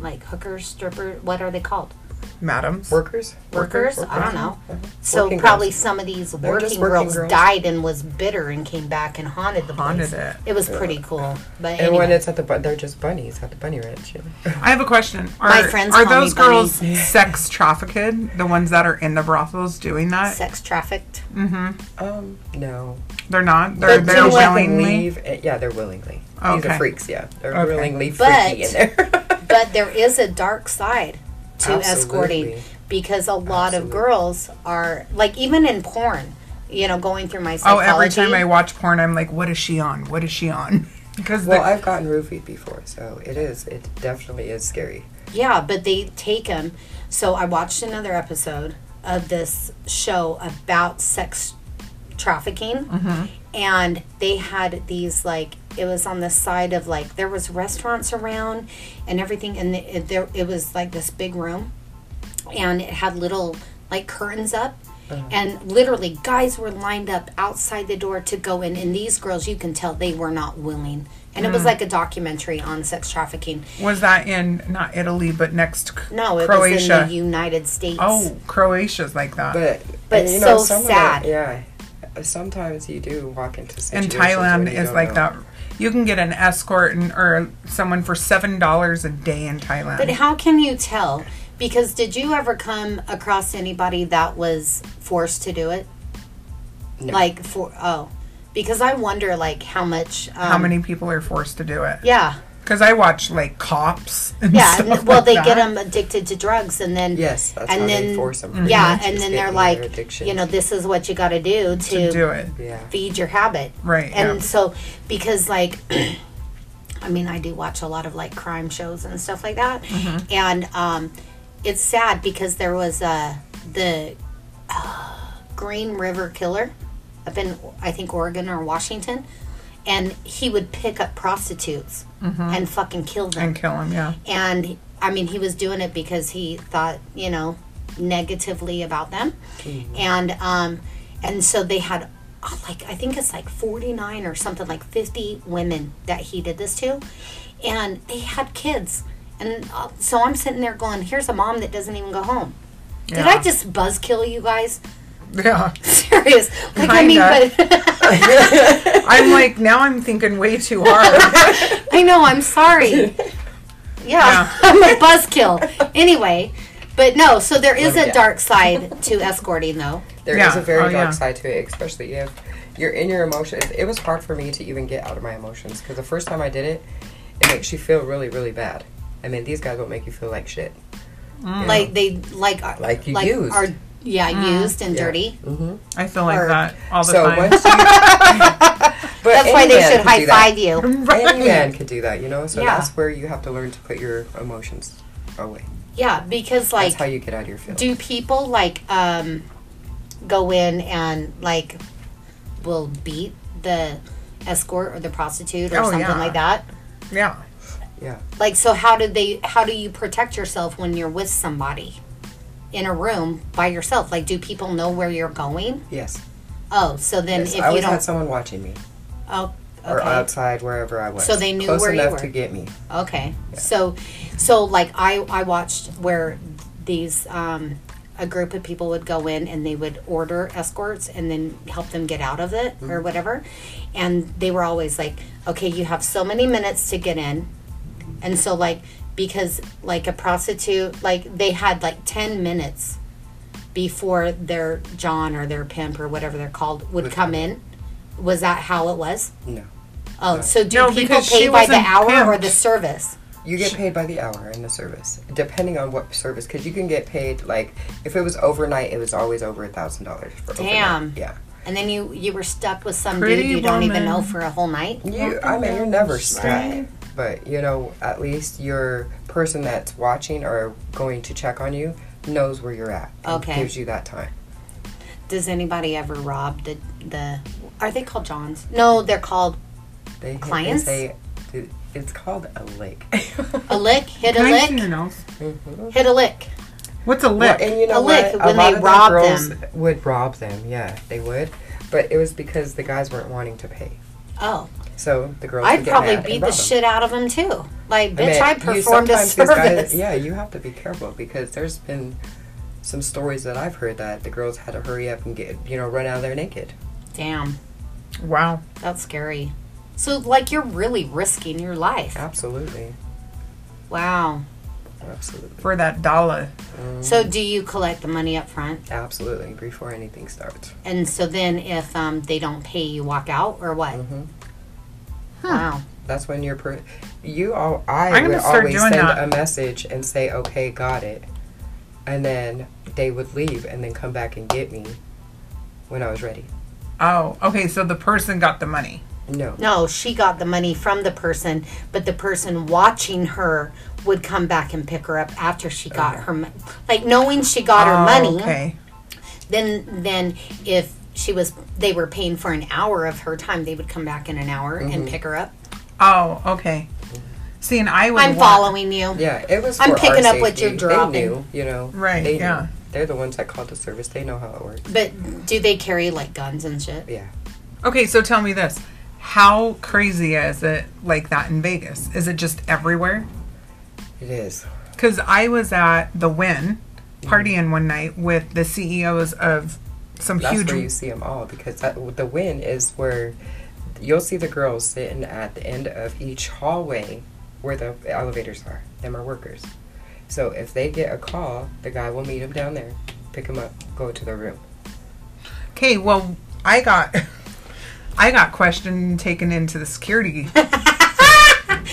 like hookers, stripper? What are they called? Madams. Workers, workers. I don't know. So Working probably girls. some of these They're working, just working girls, girls. died and was bitter and came back and haunted the Haunted place. it. was pretty cool. But And when anyway, it's at the bu- they're just bunnies at the bunny ranch. You know? I have a question. Are, My friends are call me those girls sex trafficked? The ones that are in the brothels doing that? sex trafficked. Um, no. They're not. They're But they're do what- willingly. leave. uh, Yeah, they're willingly. These Okay. are freaks. Yeah, they're Okay. willingly But- freaky in there. But there is a dark side to escorting Absolutely. because a lot of girls are like even in porn. You know, going through my Oh, psychology. every time I watch porn, I'm like, what is she on? What is she on? Because well, I've gotten roofied before, so it is. It definitely is scary. Yeah, but they take him. So I watched another episode of this show about sex trafficking, and they had these like it was on the side of like there was restaurants around and everything, and the, it, there it was like this big room, and it had little like curtains up. And literally, guys were lined up outside the door to go in. And these girls, you can tell they were not willing. And it was like a documentary on sex trafficking. was that in not Italy, but next C- No, it was Croatia? in the United States. oh, Croatia's like that. But But and, you know, so some of it- sad. yeah. Sometimes you do walk into and situations Thailand where you is don't like know. that. You can get an escort and or someone for seven dollars a day in Thailand. But how can you tell? Because did you ever come across anybody that was forced to do it? No. Like for oh, because I wonder like how much. Um, how many people are forced to do it? Yeah, Because I watch like cops. And yeah. stuff and- well, like they that. Mm-hmm. get 'em get them addicted to drugs, and then Yes, that's and how then they force 'em pretty Yeah, much, and is then they're getting their like, addiction. you know, this is what you got to do to do it. Yeah. feed your habit. Right, And yeah. so, because like, I mean, I do watch a lot of like crime shows and stuff like that, Mm-hmm. and um, it's sad because there was uh, the uh, Green River Killer up in I think Oregon or Washington, and he would pick up prostitutes Mm-hmm. and fucking kill them and kill him. Yeah. and I mean, he was doing it because he thought, you know, negatively about them, Mm-hmm. and um, and so they had oh, like I think it's like forty nine or something, like fifty women that he did this to, and they had kids, and uh, so I'm sitting there going, here's a mom that doesn't even go home. Did I Yeah. just buzzkill you guys? Yeah. Serious? Like I mean, Kinda. but I'm like now I'm thinking way too hard. I know. I'm sorry. Yeah, I'm a buzzkill. Anyway, But no, so there is me a guess. dark side to escorting, though. There is Yeah. a very Oh, dark yeah. side to it, especially if you're in your emotions. It was hard for me to even get out of my emotions because the first time I did it, it makes you feel really, really bad. I mean, these guys don't make you feel like shit. You Like they like are- Mm. Like you used. are yeah Mm. used and dirty. Mm-hmm. I feel like Or- that all the So time. once you, but That's why any they man should could do high that. five Mm-hmm. you. Any man could do that, you know. So Yeah. that's where you have to learn to put your emotions away. Yeah, because That's like how you get out of your feelings. do people like um go in and like will beat the escort or the prostitute or Oh, something yeah. like that Yeah. yeah, like so how do they how do you protect yourself when you're with somebody in a room by yourself like do people know where you're going yes. oh so then Yes, I if you always had don't someone watching me oh or uh, okay outside wherever I was. So they knew close where you enough were. to get me. okay so so like i i watched where these um a group of people would go in and they would order escorts and then help them get out of it or whatever and they were always like okay you have so many minutes to get in and so like because like a prostitute like they had like 10 minutes before their john or their pimp or whatever they're called would Would come in was that how it was No, Oh, so do No, people because she pay by the wasn't hour or pimped. the service? you get paid by the hour in the service, depending on what service, because you can get paid like if it was overnight, it was always over a thousand dollars for Damn. Overnight. Yeah. And then you you were stuck with some Pretty dude you don't even woman. know for a whole night. You, I mean, you're never stuck. But you know, at least your person that's watching or going to check on you knows where you're at. and Okay. Gives you that time. Does anybody ever rob the the? Are they called Johns? No, they're called They, Clients? They say, it's called a lick. a lick, hit a Can I see your lick, nose? hit a lick. What's a Well, lick? and you know A lick what? when a lot they of rob the girls them. would rob them. Yeah, they would. But it was because the guys weren't wanting to pay. Oh, So the girls. I'd would get probably mad and beat the rob them. shit out of them too. Like, bitch, mean, I, you performed a sometimes these guys- service. yeah, you have to be careful because there's been some stories that I've heard that the girls had to hurry up and get you know run out of there naked. Damn, wow. that's scary. So like, you're really risking your life. Absolutely, Wow. absolutely, For that dollar. So do you collect the money up front? absolutely. Before anything starts, And so then, if um, they don't pay, you walk out or what? Wow. that's when you're per- you all. I I'm gonna would start always doing send that. a message and say, "Okay, got it," and then they would leave and then come back and get me when I was ready. Oh, okay. So the person got the money. No, No, she got the money from the person, but the person watching her would come back and pick her up after she got her money. Like knowing she got her Oh, money, Okay. then then if she was they were paying for an hour of her time, they would come back in an hour and pick her up. Oh, okay. See, and I would. I'm want- following you. Yeah, it was. I'm for our picking up what safety. you're dropping. They knew, you know. Right, They knew. yeah. They're the ones that called the service. They know how it works. But do they carry like guns and shit? Yeah. Okay, so tell me this: How crazy is it like that in Vegas? Is it just everywhere? It is. Because I was at the Win partying one night with the CEOs of some That's huge. where you see them all because that, the win is where you'll see the girls sitting at the end of each hallway where the elevators are. Them are workers. So if they get a call, the guy will meet them down there, pick them up, go to their room. Okay, well, I got, I got questioned and taken into the security.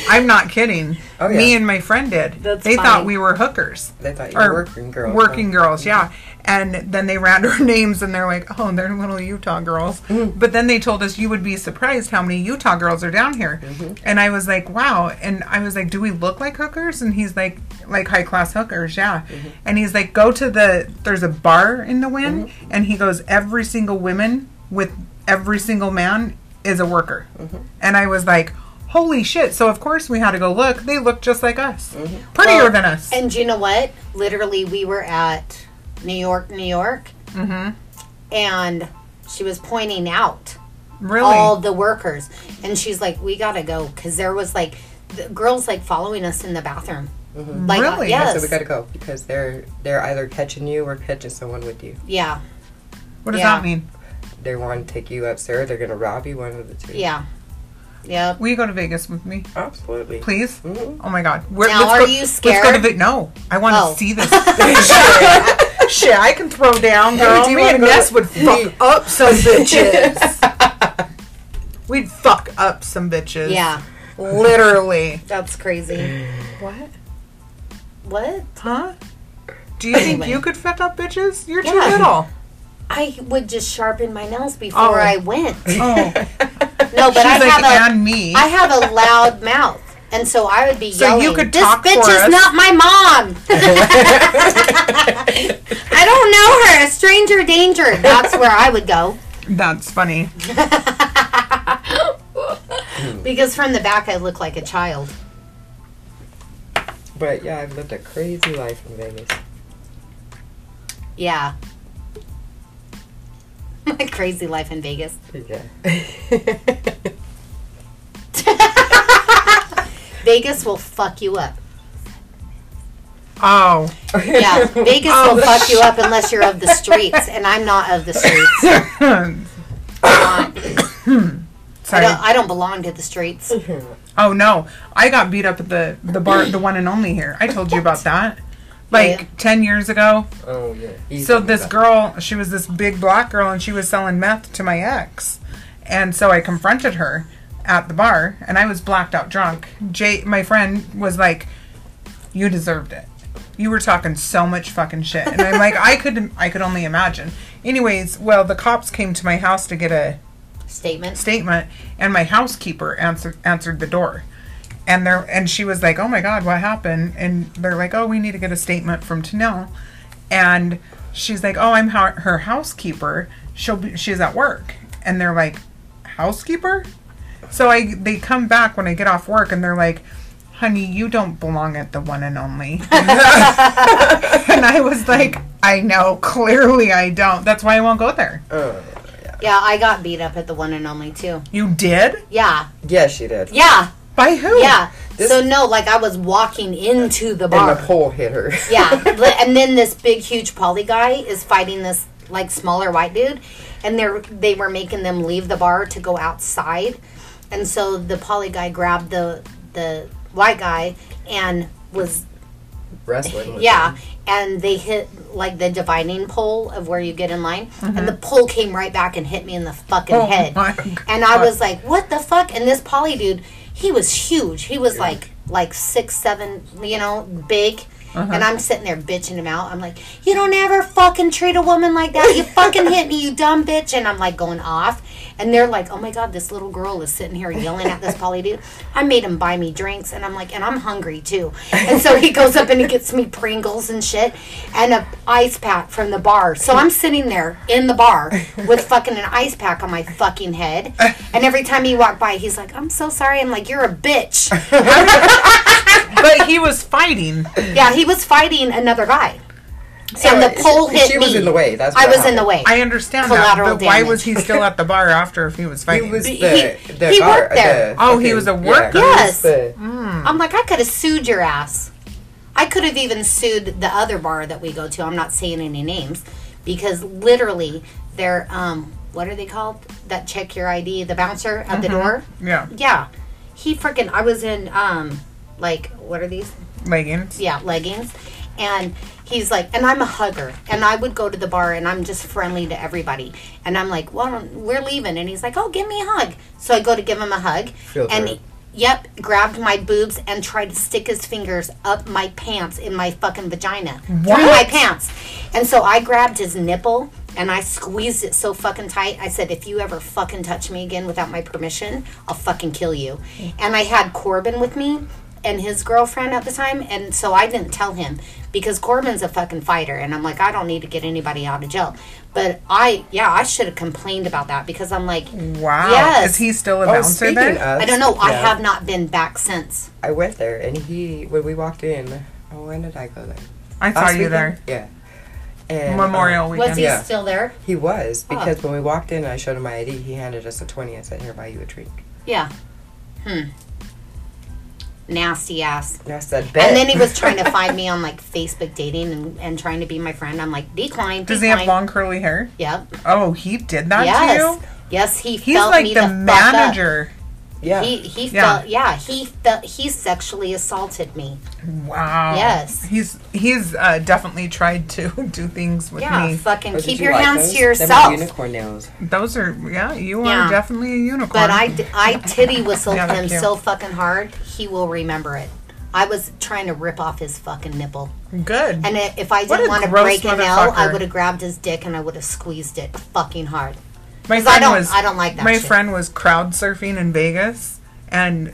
I'm not kidding. Oh, yeah. Me and my friend did. That's they funny. thought we were hookers. They thought you Or were working girls. Working girls, yeah. And then they ran our names and they're like, oh, they're little Utah girls. But then they told us you would be surprised how many Utah girls are down here. And I was like, wow. And I was like, do we look like hookers? And he's like, like high class hookers, yeah. And he's like, go to the, there's a bar in the wind. And he goes, every single woman with every single man is a worker. And I was like, holy shit. So of course we had to go look. They look just like us, prettier Well, than us. And you know what? Literally, we were at New York, New York, Mm-hmm. and she was pointing out really? all the workers, and she's like, "We gotta go," because there was like the girls like following us in the bathroom. Like, uh, Really? So yes, Mm-hmm. we gotta go because they're they're either catching you or catching someone with you. yeah, What does Yeah. that mean? They want to take you upstairs. They're gonna rob you. One of the two. yeah. Yep. Will you go to Vegas with me, Absolutely. please? Mhm. Oh my God. We're, Mm. Now, are go, you Let's go to scared? Vegas. No, I want to Oh. see this. Shit, I can throw down, girl. do you me wanna and go to- Ness would fuck Me- up some bitches. We'd fuck up some bitches. Yeah. Literally. That's crazy. What? What? Huh? Do you think Anyway. you could fuck up bitches? You're too Yeah. little. I would just sharpen my nails before Oh. I went. Oh, No, but she's I like, have and me. a I have a loud mouth. And so I would be So you yelling. could this talk bitch for is us." not my mom. I don't know her. A stranger danger. That's where I would go. That's funny. Because from the back I look like a child. But yeah, I've lived a crazy life in Vegas. Yeah. My crazy life in Vegas. Yeah. Vegas will fuck you up. Oh, Yeah, Vegas will fuck you up unless you're of the streets, and I'm not of the streets. I sorry. don't, I don't belong to the streets. Oh no, I got beat up at the the bar, the one and only here. I told you about that, Yeah. like ten years ago. oh yeah. You So told me this about- girl, she was this big black girl, and she was selling meth to my ex, and so I confronted her at the bar, and I was blacked out drunk. Jay, my friend, was like, "You deserved it. You were talking so much fucking shit," and I'm like, "I could, I could only imagine." Anyways, well, the cops came to my house to get a Statement. statement and my housekeeper answered answered the door and there and she was like oh my god what happened and they're like oh we need to get a statement from Tanel and she's like oh i'm ho- her housekeeper she'll be she's at work and they're like housekeeper so i they come back when i get off work and they're like honey you don't belong at the one and only and i was like i know clearly i don't that's why i won't go there Oh. Yeah, I got beat up at the one and only too. you did Yeah, Yeah, she did. yeah, by who yeah. so no, like I was walking into the And bar. the pole hit her. yeah, li- and then this big huge poly guy is fighting this like smaller white dude, and they're they were making them leave the bar to go outside, and so the poly guy grabbed the the white guy and was Wrestling. with Yeah, and they hit like the dividing pole of where you get in line, and the pole came right back and hit me in the fucking Oh head. my and I was like, "What the fuck?" And this poly dude, he was huge. He was like like six seven, you know, big. And I'm sitting there bitching him out. I'm like, "You don't ever fucking treat a woman like that. You fucking hit me, you dumb bitch." And I'm like going off. And they're like, "Oh my god, this little girl is sitting here yelling at this poly dude." I made him buy me drinks, and I'm like, and I'm hungry too. And so he goes up and he gets me Pringles and shit, and a ice pack from the bar. So I'm sitting there in the bar with fucking an ice pack on my fucking head. And every time he walked by, he's like, "I'm so sorry." I'm like, "You're a bitch." but he was fighting. Yeah, he was fighting another guy, So and the she- pole she hit was me. in the way, that's I what was in happened. the way. I understand Collateral that, but why damage. was he still at the bar after if he was He fighting? was the, He- he- the he guard- worked there. the Oh, he fucking- was a yeah, worker? he was Yes. the- I'm like, I could have sued your ass. I could have even sued the other bar that we go to. I'm not saying any names because literally they're um what are they called? That check your ID, the bouncer at the door. yeah, Yeah. He freaking I was in um like what are these? leggings. Yeah, leggings. And he's like, and I'm a hugger, and I would go to the bar, and I'm just friendly to everybody. And I'm like, well, we're leaving, and he's like, oh, give me a hug. So I go to give him a hug, Feel and good. yep, grabbed my boobs and tried to stick his fingers up my pants in my fucking vagina through my pants. And so I grabbed his nipple and I squeezed it so fucking tight. I said, if you ever fucking touch me again without my permission, I'll fucking kill you. And I had Corbin with me and his girlfriend at the time. And so I didn't tell him because Corbin's a fucking fighter. And I'm like, I don't need to get anybody out of jail. But I, yeah, I should have complained about that because I'm like, Wow. Yes. Is he still a Oh, bouncer speaking then? of, I don't know. I yeah, have not been back since. I went there, and he when we walked in. Oh, when did I go there? I saw Last you weekend? there. Yeah. And, Memorial um, weekend. Was he Yeah. still there? he was because when we walked in, I showed him my ID. He handed us a twenty and said, "Here, buy you a drink." Yeah. Hmm. Nasty ass. And I said, "Bet." And then he was trying to find me on like Facebook dating and, and trying to be my friend. I'm like, decline. Does he decline. have long curly hair? Yep. Oh, he did that to Yes. you? Yes, he He's felt like me the the, fuck up. manager. Yeah. He he Yeah. felt yeah he felt he sexually assaulted me. Wow. Yes. He's he's uh, definitely tried to do things with Yeah, me. fucking Or did keep you your like hands those? to They were yourself. Unicorn nails. Those are yeah. You Yeah. are definitely a unicorn. But I d- I titty whistled Yeah, they're him cute. so fucking hard he will remember it. I was trying to rip off his fucking nipple, good. and i- if I What didn't a want to gross break an L, I motherfucker. would have grabbed his dick and I would have squeezed it fucking hard. my 'Cause I don't- I don't like that My shit. friend was crowd surfing in Vegas, and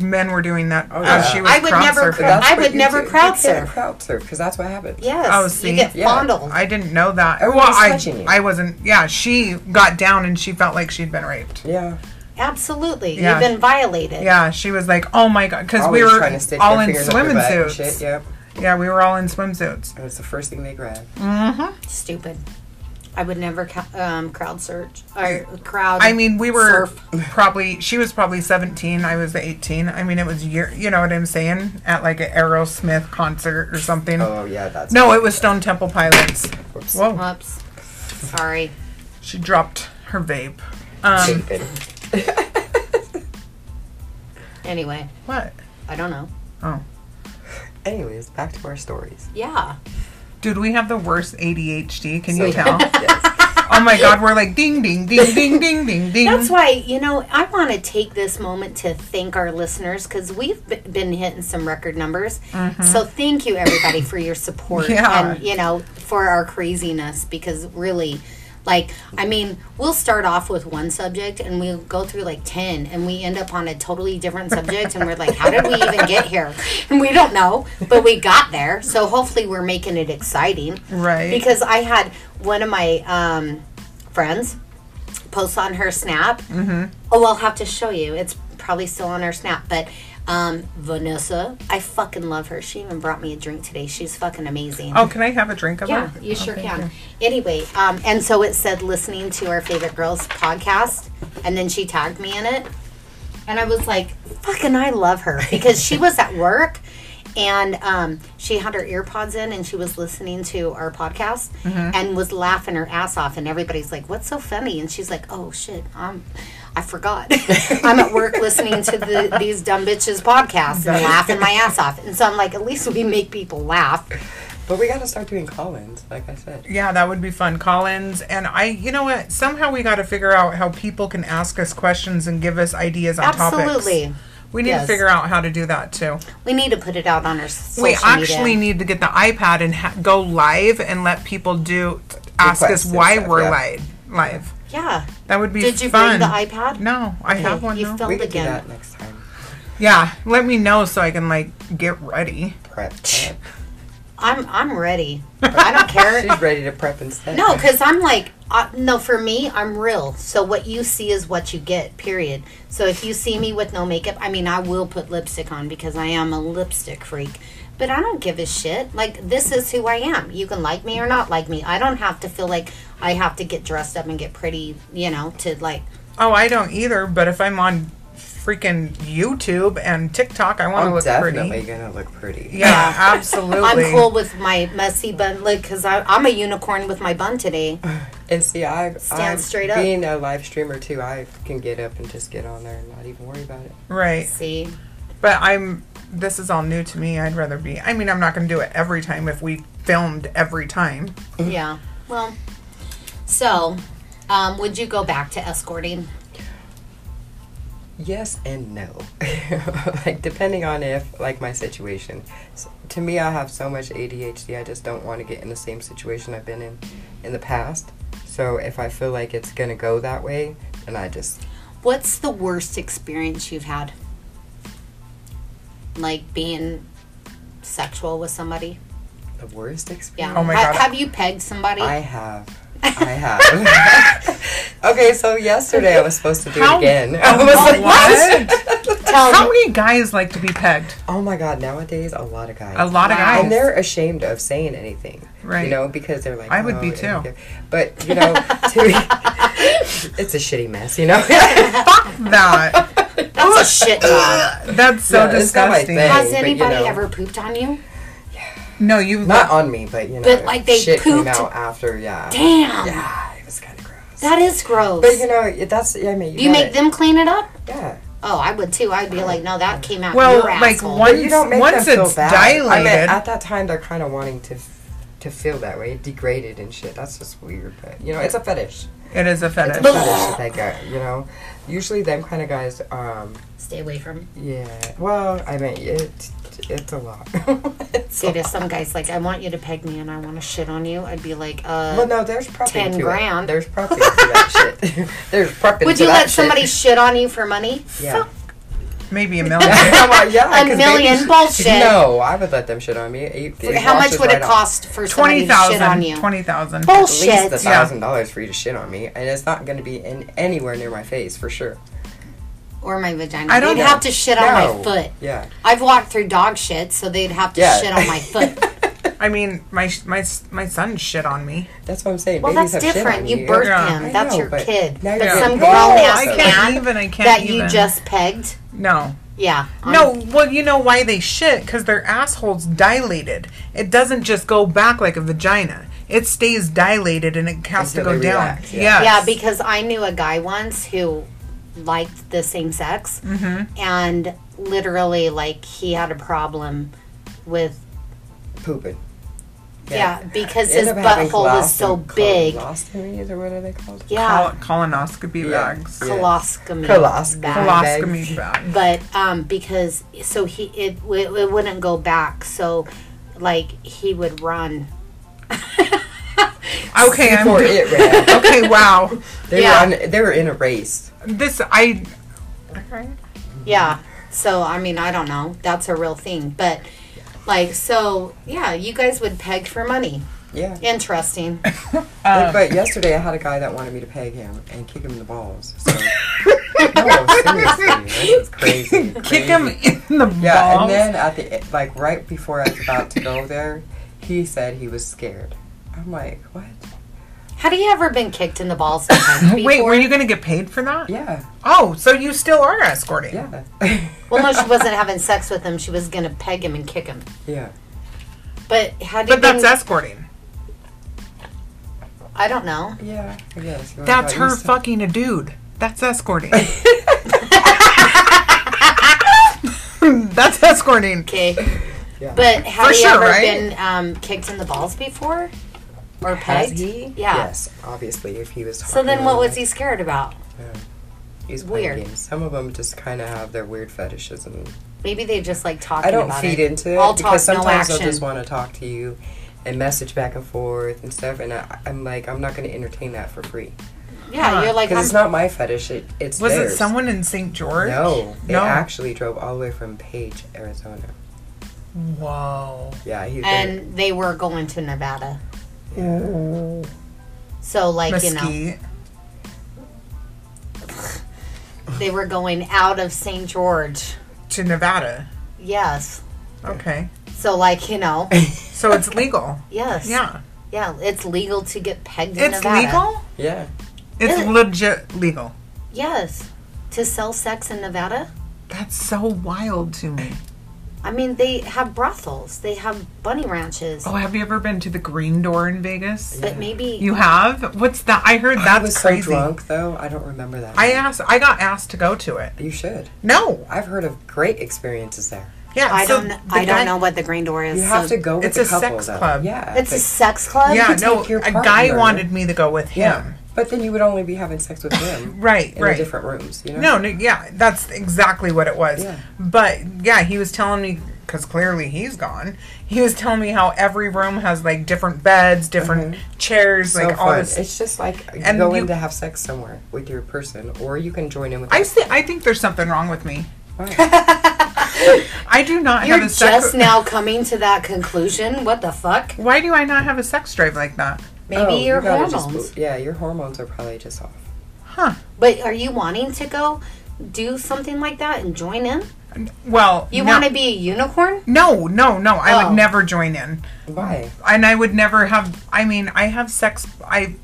men were doing that oh, yeah. she was I would crowd never surfing. crowd- I what would you never do. crowd You can't surf. crowd surf because that's what happened. Yes, Oh, you see? get Yeah. fondled. I didn't know that. Everyone well, was I touching you. I wasn't. Yeah, she got down and she felt like she'd been raped. Yeah. Absolutely, Yeah. you've been violated. Yeah, she was like, "Oh my god," because we Always were trying to stick all their in fingers up their swimming butt and suits. Shit. Yep. Yeah, we were all in swimsuits. That's the first thing they grab. Stupid. I would never ca- um, crowd search or crowd. I mean, we were surf. probably she was probably 17, I was 18. I mean, it was year, you know what I'm saying, at like an Aerosmith concert or something. Oh yeah, that's no, it was Stone Temple Pilots. Whoops. Whoa, Whoops. Sorry. she dropped her vape. Um, Stupid. Anyway, what? I don't know. Oh, Anyways, back to our stories. Yeah. dude, we have the worst ADHD. Can So- you tell? yes. oh my God, we're like ding, ding, ding, ding, ding, ding, ding. That's why, you know, I want to take this moment to thank our listeners because we've b- been hitting some record numbers. So thank you, everybody, for your support Mm-hmm. Yeah. and, you know, for our craziness because really. Like, I mean, we'll start off with one subject and we'll go through like 10 and we end up on a totally different subject. And we're like, how did we even get here? And we don't know, but we got there. So hopefully we're making it exciting. Right. Because I had one of my um, friends posts on her snap. Oh, I'll have to show you. It's probably still on her snap, but um, Vanessa, I fucking love her. She even brought me a drink today. She's fucking amazing. Oh, can I have a drink of yeah, it? you sure Okay. can. Anyway, um, and so it said listening to our favorite girls podcast, and then she tagged me in it, and I was like, fucking, I love her because she was at work. And um, she had her earpods in, and she was listening to our podcast, and was laughing her ass off. And everybody's like, "What's so funny?" And she's like, "Oh shit, um, I forgot. I'm at work listening to the, these dumb bitches podcast and laughing my ass off." And so I'm like, "At least we make people laugh." But we gotta start doing call-ins, like I said. Yeah, that would be fun. Collins and I, you know what? Somehow we got to figure out how people can ask us questions and give us ideas on topics. Absolutely. We need Yes. to figure out how to do that too. We need to put it out on our s- social we actually media. need to get the iPad and ha- go live and let people do ask Requests us and why stuff, we're yeah. live. Live. yeah. That would be Did you fun. bring the iPad? No, I Okay, have one. you now. felt- We could do Again. that next time. yeah, let me know so I can like get ready. Prep. prep. I'm I'm ready. I don't care. She's ready to prep instead. No, because I'm like, uh, no, for me, I'm real. So what you see is what you get, period. So if you see me with no makeup, I mean, I will put lipstick on because I am a lipstick freak. But I don't give a shit. Like, this is who I am. You can like me or not like me. I don't have to feel like I have to get dressed up and get pretty, you know, to like, Oh, I don't either. But if I'm on freaking YouTube and TikTok, I want to I'm look Oh, definitely pretty. gonna look pretty. Yeah, absolutely. I'm cool with my messy bun, like, because I'm a unicorn with my bun today. And see, I've Stand I've- straight up. Being a live streamer too, I can get up and just get on there and not even worry about it. Right. See? But I'm. This is all new to me. I'd rather be. I mean, I'm not going to do it every time if we filmed every time. Yeah. Well, so um, would you go back to escorting? Yes and no. like depending on if like my situation. S to me, I have so much ADHD. I just don't want to get in the same situation I've been in in the past. So if I feel like it's gonna go that way, then I just What's the worst experience you've had? Like being sexual with somebody? the worst experience. Yeah. Oh my Ha- God. Have you pegged somebody? I have. I have. okay, so yesterday I was supposed to do How- it again. I was like, Tell How me. many guys like to be pegged? oh my god! Nowadays, a lot of guys. A lot of Wow. guys. and they're ashamed of saying anything Right. you know because they're like I would be "Oh, too." okay." but you know to it's a shitty mess you know that. That's a shit job. That's so No, it's not my disgusting. thing. Has but, you anybody know. ever pooped on you? No, you. not on me but you know But, like, they shit pooped- came out after yeah Damn. yeah it was kind of gross That is gross. but you know it- that's i mean you, Do you make gotta- them clean it up? yeah Oh, I would too. I'd be like, no, that came out Well, your like, asshole. one- you don't make Once them feel it's bad. I mean, dilated- at that time, they're kind of wanting to, f- to feel that way, degraded and shit. That's just weird, but you know, it's a fetish. It is a It's a fetish. fetish that they got. You know, usually them kind of guys. Um, Stay away from. yeah. Well, I mean, it, it's a lot. it's a Say to lot. some guys, like, I want you to peg me and I want to shit on you. I'd be like, uh, Well, no, there's prepping 10 to it. grand. There's prepping to that shit. There's prepping. would to you that let somebody Shit. shit on you for money? yeah. Maybe a million. Come on, yeah, 'cause A they- million bullshit. No, I would let them shit on me. It- it How much washes would it right off. cost for somebody Twenty to shit on thousand. you? Twenty thousand. At least a Bullshit. Yeah. thousand dollars for you to shit on me, and it's not going to be in anywhere near my face for sure. Or my vagina. I don't They'd know. have to shit on my No. foot. Yeah. I've walked through dog shit, so they'd have to Yeah. shit on my foot. I mean, my sh- my s- my son shit on me. That's what I'm saying. Well, Babies that's have shit different. on You you. birthed Yeah. I him. That's know, your but kid. now But you're some a grown parent, ass so- Oh, I can't man even. I can't that even. you just pegged. no. Yeah. I'm- No, well, you know why they shit? Because their asshole's dilated. It doesn't just go back like a vagina. It stays dilated and it has Until to go they down. relax, Yeah. yeah. Yeah, because I knew a guy once who liked the same sex, and literally, like, he had a problem with Pooping. yeah, because End his up having butthole was colostomy- so big. Colostomies or what are they called? Yeah, Col- colonoscopy Yeah. bags. Yeah. coloscopy. Coloscopy. bag. Colos- Coloscopy bag. but um because so he it it, it wouldn't go back so like he would run Okay, I'm. Before it ran. okay, wow. They, Yeah. were on, they were in a race. This I. yeah so i mean i don't know that's a real thing but like so yeah you guys would peg for money Yeah. interesting but yesterday I had a guy that wanted me to peg him and kick him in the balls. So. no, seriously. This is crazy. Kick him in the Yeah, balls. and then at the e- like right before I was about to go there, he said he was scared. I'm like, what? have you ever been kicked in the balls sometime before? Wait, were you going to get paid for that? Yeah, Oh, so you still are escorting? yeah, well no she wasn't having sex with him she was gonna peg him and kick him yeah. but had you But that's been, escorting. i don't know Yeah, I guess. You That's wanna her go east? fucking a dude. That's escorting. That's escorting. okay Yeah. but have For you sure, ever right? been um, kicked in the balls before or Has pegged he? yeah Yes, obviously, if he was. So then, talking what like- was he scared about? He's playing Weird. games. Some of them just kind of have their weird fetishes, and Maybe they just like talking. I don't about feed it. into it All because talk, no sometimes they'll action. just want to talk to you and message back and forth and stuff, and I, I'm like, I'm not going to entertain that for free Yeah, you're like, because I'm, it's not my fetish. It, it's Was it theirs. someone in St. George? No, they No. actually drove all the way from Page, Arizona. Whoa. Yeah, he's been, and they were going to Nevada. So like you Mesquite. know, they were going out of St. George. To Nevada. Yes. Okay. So like you know, So it's legal. yes. Yeah. Yeah, it's legal to get pegged in It's Nevada. legal? yeah. It's Yeah. legit legal. Yes. To sell sex in Nevada. That's so wild to me. I mean, they have brothels. They have bunny ranches. Oh, have you ever been to the Green Door in Vegas? But maybe You have? What's that? I heard I that's was crazy. so drunk though. I don't remember that. I asked. I got asked to go to it. you should. No. I've heard of great experiences there. Yeah. I so don't. the I guy- don't know what the Green Door is. You have so to go with It's a a couple sex though. club. Yeah, It's a but- sex club. Yeah. could No. take your A guy partner. wanted me to go with him. yeah. But then you would only be having sex with him, Right. In right. the different rooms, you know. No, no, yeah, that's exactly what it was. Yeah. But yeah, he was telling me because clearly he's gone. He was telling me how every room has like different beds, different chairs, Mm-hmm. So like all fun. this. It's just like you And go you- in to have sex somewhere with your person, or you can join in with. I your- see. I think there's something wrong with me. Why? I do not You're have a sex. just now coming to that conclusion. What the fuck? Why do I not have a sex drive like that? Maybe Oh, you your gotta just hormones. bo- yeah, your hormones are probably just off. But are you wanting to go do something like that and join in? Well, You no- want to be a unicorn? No, no, no. I Oh. would never join in, Why? and I would never have. I mean, I have sex. I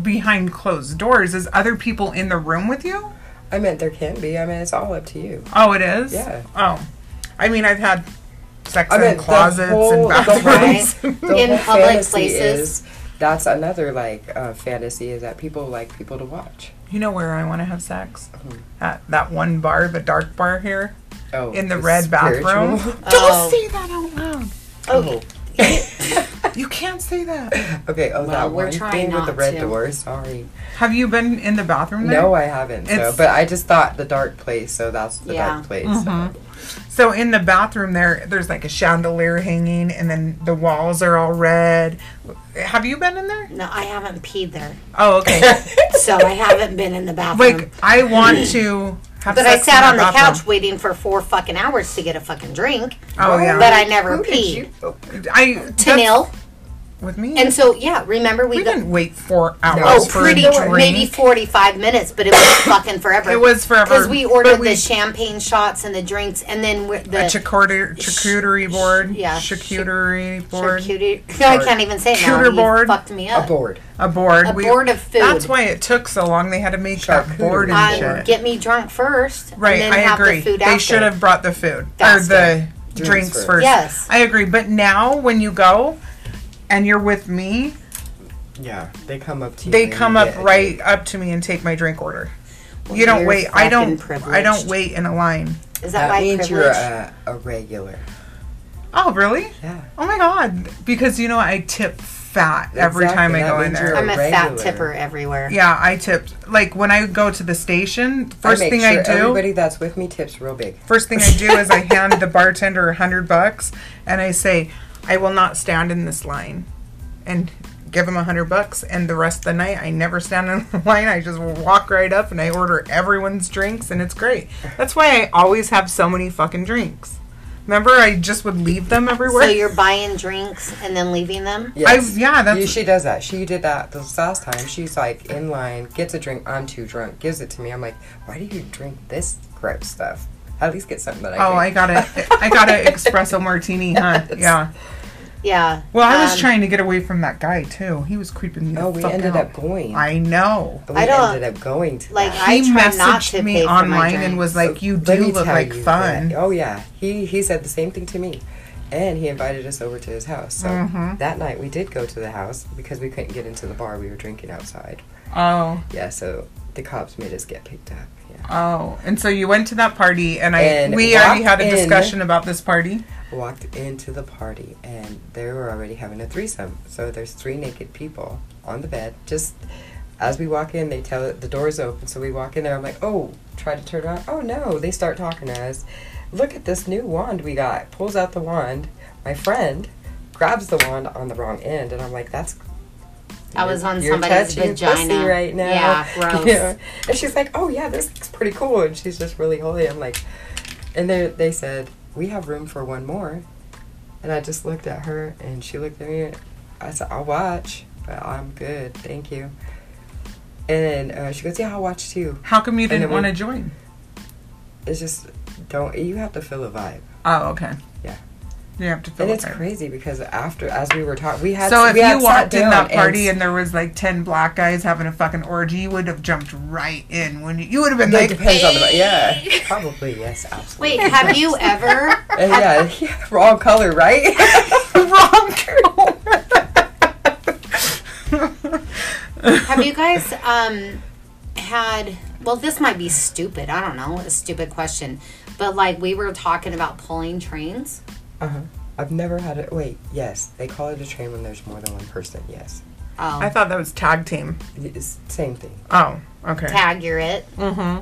behind closed doors. Is other people in the room with you? I meant there can be. I mean, it's all up to you. Oh, it is. Yeah. Oh, I mean, I've had sex I in mean, the closets whole- and the whole- bathrooms. Right? The In whole public fantasy places. is that's another like uh, fantasy is that people like people to watch. You know where I want to have sex? Mm-hmm. At that one bar, the dark bar here Oh, in the red spiritual- bathroom. Oh. Don't say that out loud. Oh. Oh, You can't say that. okay. Oh, Well, that we're one trying thing with not the red to. door. Sorry. Have you been in the bathroom? There? No, I haven't. So, It's- but I just thought the dark place. So that's the Yeah. Mm-hmm. dark place. So in the bathroom there, there's like a chandelier hanging, and then the walls are all red. Have you been in there? No, I haven't peed there, Oh, okay. so I haven't been in the bathroom. like I want to. Have Um, but I sex sat in on the my couch bathroom. waiting for four fucking hours to get a fucking drink, Oh yeah. but I never Who did you? peed. Oh, I To that's- nil, with me. and so yeah, remember we, we got didn't wait four hours oh for pretty a drink. maybe forty five minutes, but it was fucking forever. It was forever, because we but ordered we- the champagne shots and the drinks, and then we- a the charcuterie, charcuterie board. yeah, sh- Charcuterie board. charcuterie. No, I can't even say it now. Cuter You board. fucked me a up. board. A board. A board of food. That's why it took so long. They had to make that Charcuterie board and board. Um, shit. get me drunk first, Right, And then I have agree. The food they after. should have brought the food That's or the Drinks drinks, first. first. Yes. I agree. But now, when you go and you're with me, Yeah, they come up to you. they and come you up get a right drink. up to me and take my drink order. you don't you're wait. I don't. fucking I don't privileged. wait in a line. Is that, That my means privilege? you're a, a regular. Oh, really? Yeah. Oh my god! Because you know I tip fat every Exactly, time I that go in means there. you're I'm a regular. fat tipper everywhere. Yeah, I tipped. Like when I go to the station, first I make thing sure I do. Everybody that's with me tips real big. First thing I do is I hand the bartender a hundred bucks and I say, I will not stand in this line. And give him a hundred bucks and the rest of the night I never stand in the line. I just walk right up and I order everyone's drinks and it's great. That's why I always have so many fucking drinks. Remember I just would leave them everywhere? So you're buying drinks and then leaving them. Yes. yeah, that's- You- she does that. She did that this last time. She's like in line, gets a drink. I'm too drunk. Gives it to me. I'm like, why do you drink this gross stuff? At least get something that I. Oh, I drink. got a I got an espresso martini, huh? Yeah. Yeah. Well, I was Um, trying to get away from that guy too. He was creeping me. the Oh, we fuck ended out. up going. I know. we I don't- ended up going to Like that. I he try not messaged to me pay for my online drink. and was like, "You Let do me look tell like you fun." that- oh yeah, he he said the same thing to me, and he invited us over to his house. So Mm-hmm. that night we did go to the house because we couldn't get into the bar. We were drinking outside. Oh, Yeah, so the cops made us get picked up. Yeah, oh, and so you went to that party, and I And we already had a walked in. discussion about this party. walked into the party and they were already having a threesome. So there's three naked people on the bed. Just as we walk in, they tell the door's open. So we walk in there. I'm like, oh, try to turn around. Oh no, they start talking to us. Look at this new wand we got. Pulls out the wand. My friend grabs the wand on the wrong end, and I'm like, that's. I was on you're somebody's touching vagina pussy right now. Yeah, gross. You know? And she's like, "Oh yeah, this looks pretty cool," and she's just really holy. I'm like, and they they said we have room for one more, and I just looked at her and she looked at me. and I said, "I'll watch, but I'm good, thank you." And uh, she goes, "Yeah, I'll watch too." How come you And then didn't we- want to join? It's just don't you have to feel a vibe, Oh, okay. Yeah. You have to fill and it it's out. crazy because after as we were talking, we had So if we had you sat walked in down that party and and there was like ten black guys having a fucking orgy, you would have jumped right in. When you, you would have been it like, depends on the yeah, probably yes, absolutely. Wait, have you ever? And yeah, yeah, wrong color, right? wrong girl. Have you guys um had? Well, this might be stupid. I don't know. A stupid question. But like we were talking about pulling trains. Uh-huh. I've never had it. Wait, yes, they call it a train when there's more than one person. Yes, Oh, I thought that was tag team. it's same thing. Oh, okay. tag you're it. Mm-hmm.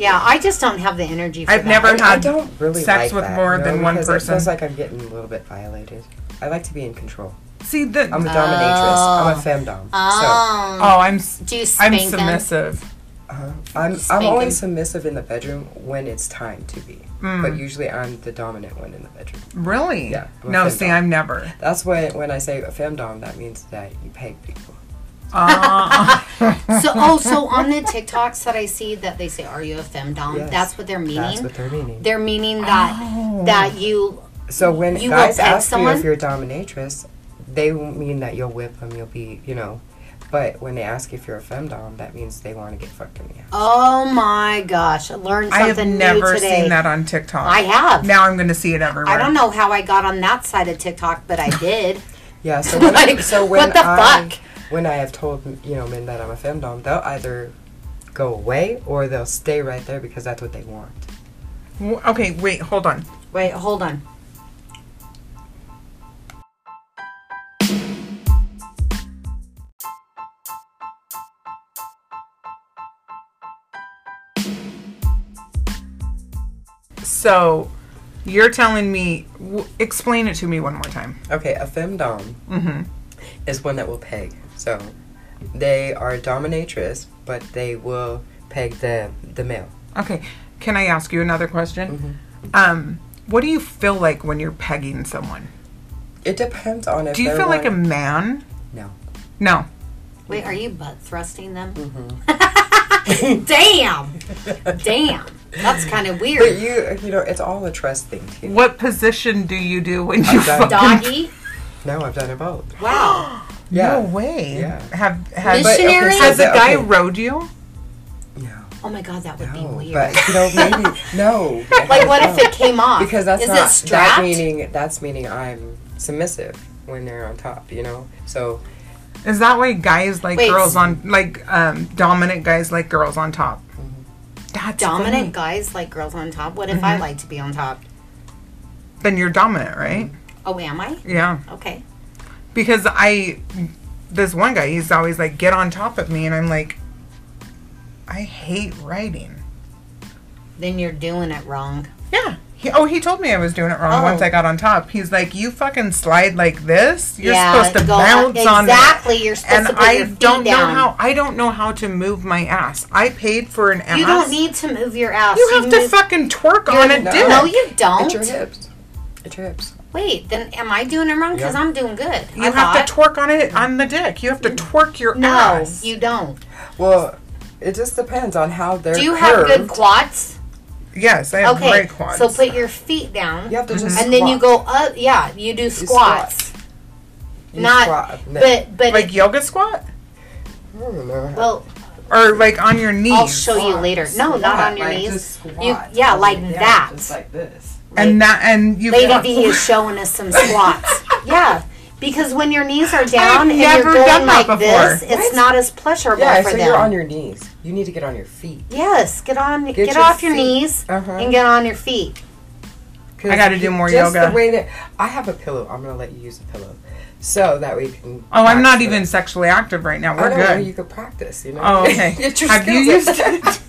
Yeah, I just don't have the energy. For I've that. never I had don't really sex like with that, more no, than one because person. It feels like I'm getting a little bit violated. I like to be in control. See the I'm a dominatrix. I'm a femdom. Um, oh, I'm s- do you I'm spank them? submissive. So uh, I'm I'm Spanking. only submissive in the bedroom when it's time to be, Hmm. but usually I'm the dominant one in the bedroom. Really? Yeah, I'm a No, femdom. see, I'm never. That's why when I say a femdom, that means that you peg people. So oh, so on the TikToks that I see that they say, "Are you a femdom?" Yes. That's what they're meaning. That's what they're meaning. they're meaning that Oh. that you So when You will guys peg ask you someone? if you're a dominatrix, they won't mean that you'll whip them, you'll be, you know. But when they ask if you're a femdom, that means they want to get fucked in the ass. Oh my gosh! I learned I have something new never today. seen that on TikTok. I have. Now I'm going to see it everywhere. I don't know how I got on that side of TikTok, but I did. Yeah, so when, Like, so when what the I, fuck? when I have told you know men that I'm a femdom, they'll either go away or they'll stay right there because that's what they want. W- Okay, wait, hold on. Wait, hold on. So, you're telling me, w- explain it to me one more time. Okay, a femdom Mm-hmm. is one that will peg. So they are a dominatrix, but they will peg the the male. Okay, can I ask you another question? Mm-hmm. Um, what do you feel like when you're pegging someone? It depends on if Do you they're feel like a wanting- man? no. No. Wait, Mm-hmm. are you butt thrusting them? Damn! Damn! That's kind of But weird. you you know it's all a trust thing too. What position do you do when you I've done- fucking? Doggy? No, I've done it both. Wow. Yeah. No way. Yeah. Have has, But- Missionary? so has a the- guy okay, rode you? No, Oh my god, that would be no, weird. but you know maybe no. like, what if it came off? because that's Is not it strapped? that meaning that's meaning I'm submissive when they're on top, you know. So Is that why guys like Wait. girls on like um, dominant guys like girls on top? That's Mm-hmm. Dominant funny. Mm-hmm. guys like girls on top. What if I like to be on top? Then you're dominant, right? Oh, am I? Yeah. Okay. Because I, this one guy, he's always like, get on top of me, and I'm like, I hate riding. Then you're doing it wrong. Yeah. He, oh, he told me I was doing it wrong Oh. once I got on top. He's like, you fucking slide like this. You're Yeah, supposed to go- bounce on that. Exactly, you're supposed and to put I your feet don't down. know how I don't know how to move my ass. I paid for an ass. You don't need to move your ass. You have to move- fucking twerk on a no. dick. No, you it's your don't. hips, it's your hips. Wait, then am I doing it wrong? Because Yeah. I'm doing good. You have to twerk on it on the dick. You have to twerk your Mm. No, ass. Ah, you don't. Well, it just depends on how they're. Do you have curved. good quads? yes, I have Okay. great quads. So put your feet down. You have to just. and then you go squat. up. Yeah, you do squat. squats. You Not, squat. No, but but like it- yoga squat I don't know. well, or like on your knees. I'll show you later. No, not Squat, on your like, knees. just squat. You- yeah, like Yeah, that. Just like this. and that and you Lady V is showing us some squats. yeah. Because when your knees are down and never you're going done like that this, before. it's not as pleasurable Yeah, for so them. you're on your knees. You need to get on your feet. yes, get on, get, your off your feet. knees Uh-huh. and get on your feet. 'Cause I gotta do more just yoga. The way that I have a pillow, I'm gonna let you use the pillow, so that way you can. Oh, I'm not practice even it. sexually active right now. I We're don't know. You good. could practice. You know. Oh, okay. Get your Have you skills up. used it?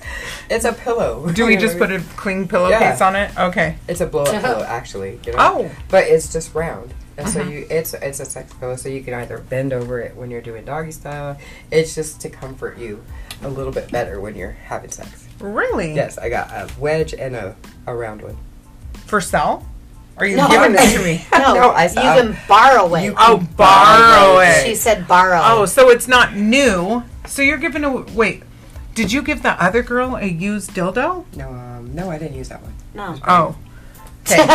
It's a pillow. Do we just put a clean pillowcase Yeah. on it? Okay. It's a blow up Uh-huh. pillow, actually. You know? Oh. but it's just round, and so you it's it's a sex pillow, so you can either bend over it when you're doing doggy style. It's just to comfort you a little bit better when you're having sex. Really? Yes, I got a wedge and a, a round one. For sale? Are you No. giving it to me? No, No, I you saw- can borrow it. You- Oh, borrow it. she said borrow. Oh, so it's not new. So you're giving a wait. Did you give the other girl a used dildo? No, um, no, I didn't use that one. No, Oh. Okay.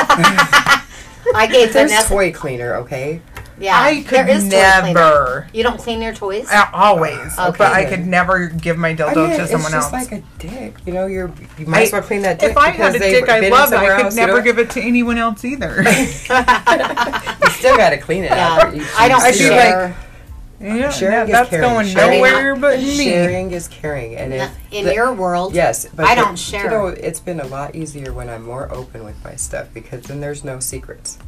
I gave There's Vanessa. toy cleaner, okay? yeah, I could there is toy cleaner. never. You don't clean your toys. Uh, Always, Okay, but I then. could never give my dildo I mean, to someone it's else. just like a dick. You know, you're you might as well clean that dick. if I had because a they've dick I been loved, somewhere I could else, you never know? give it to anyone else either. You still gotta clean it. after you- I don't you I'd be share. like, share. yeah, Sharing yeah, is that's caring. going Sharing- nowhere but me. Sharing is caring, and if in the- your world. yes, but I the- don't share. You know, it's been a lot easier when I'm more open with my stuff because then there's no secrets.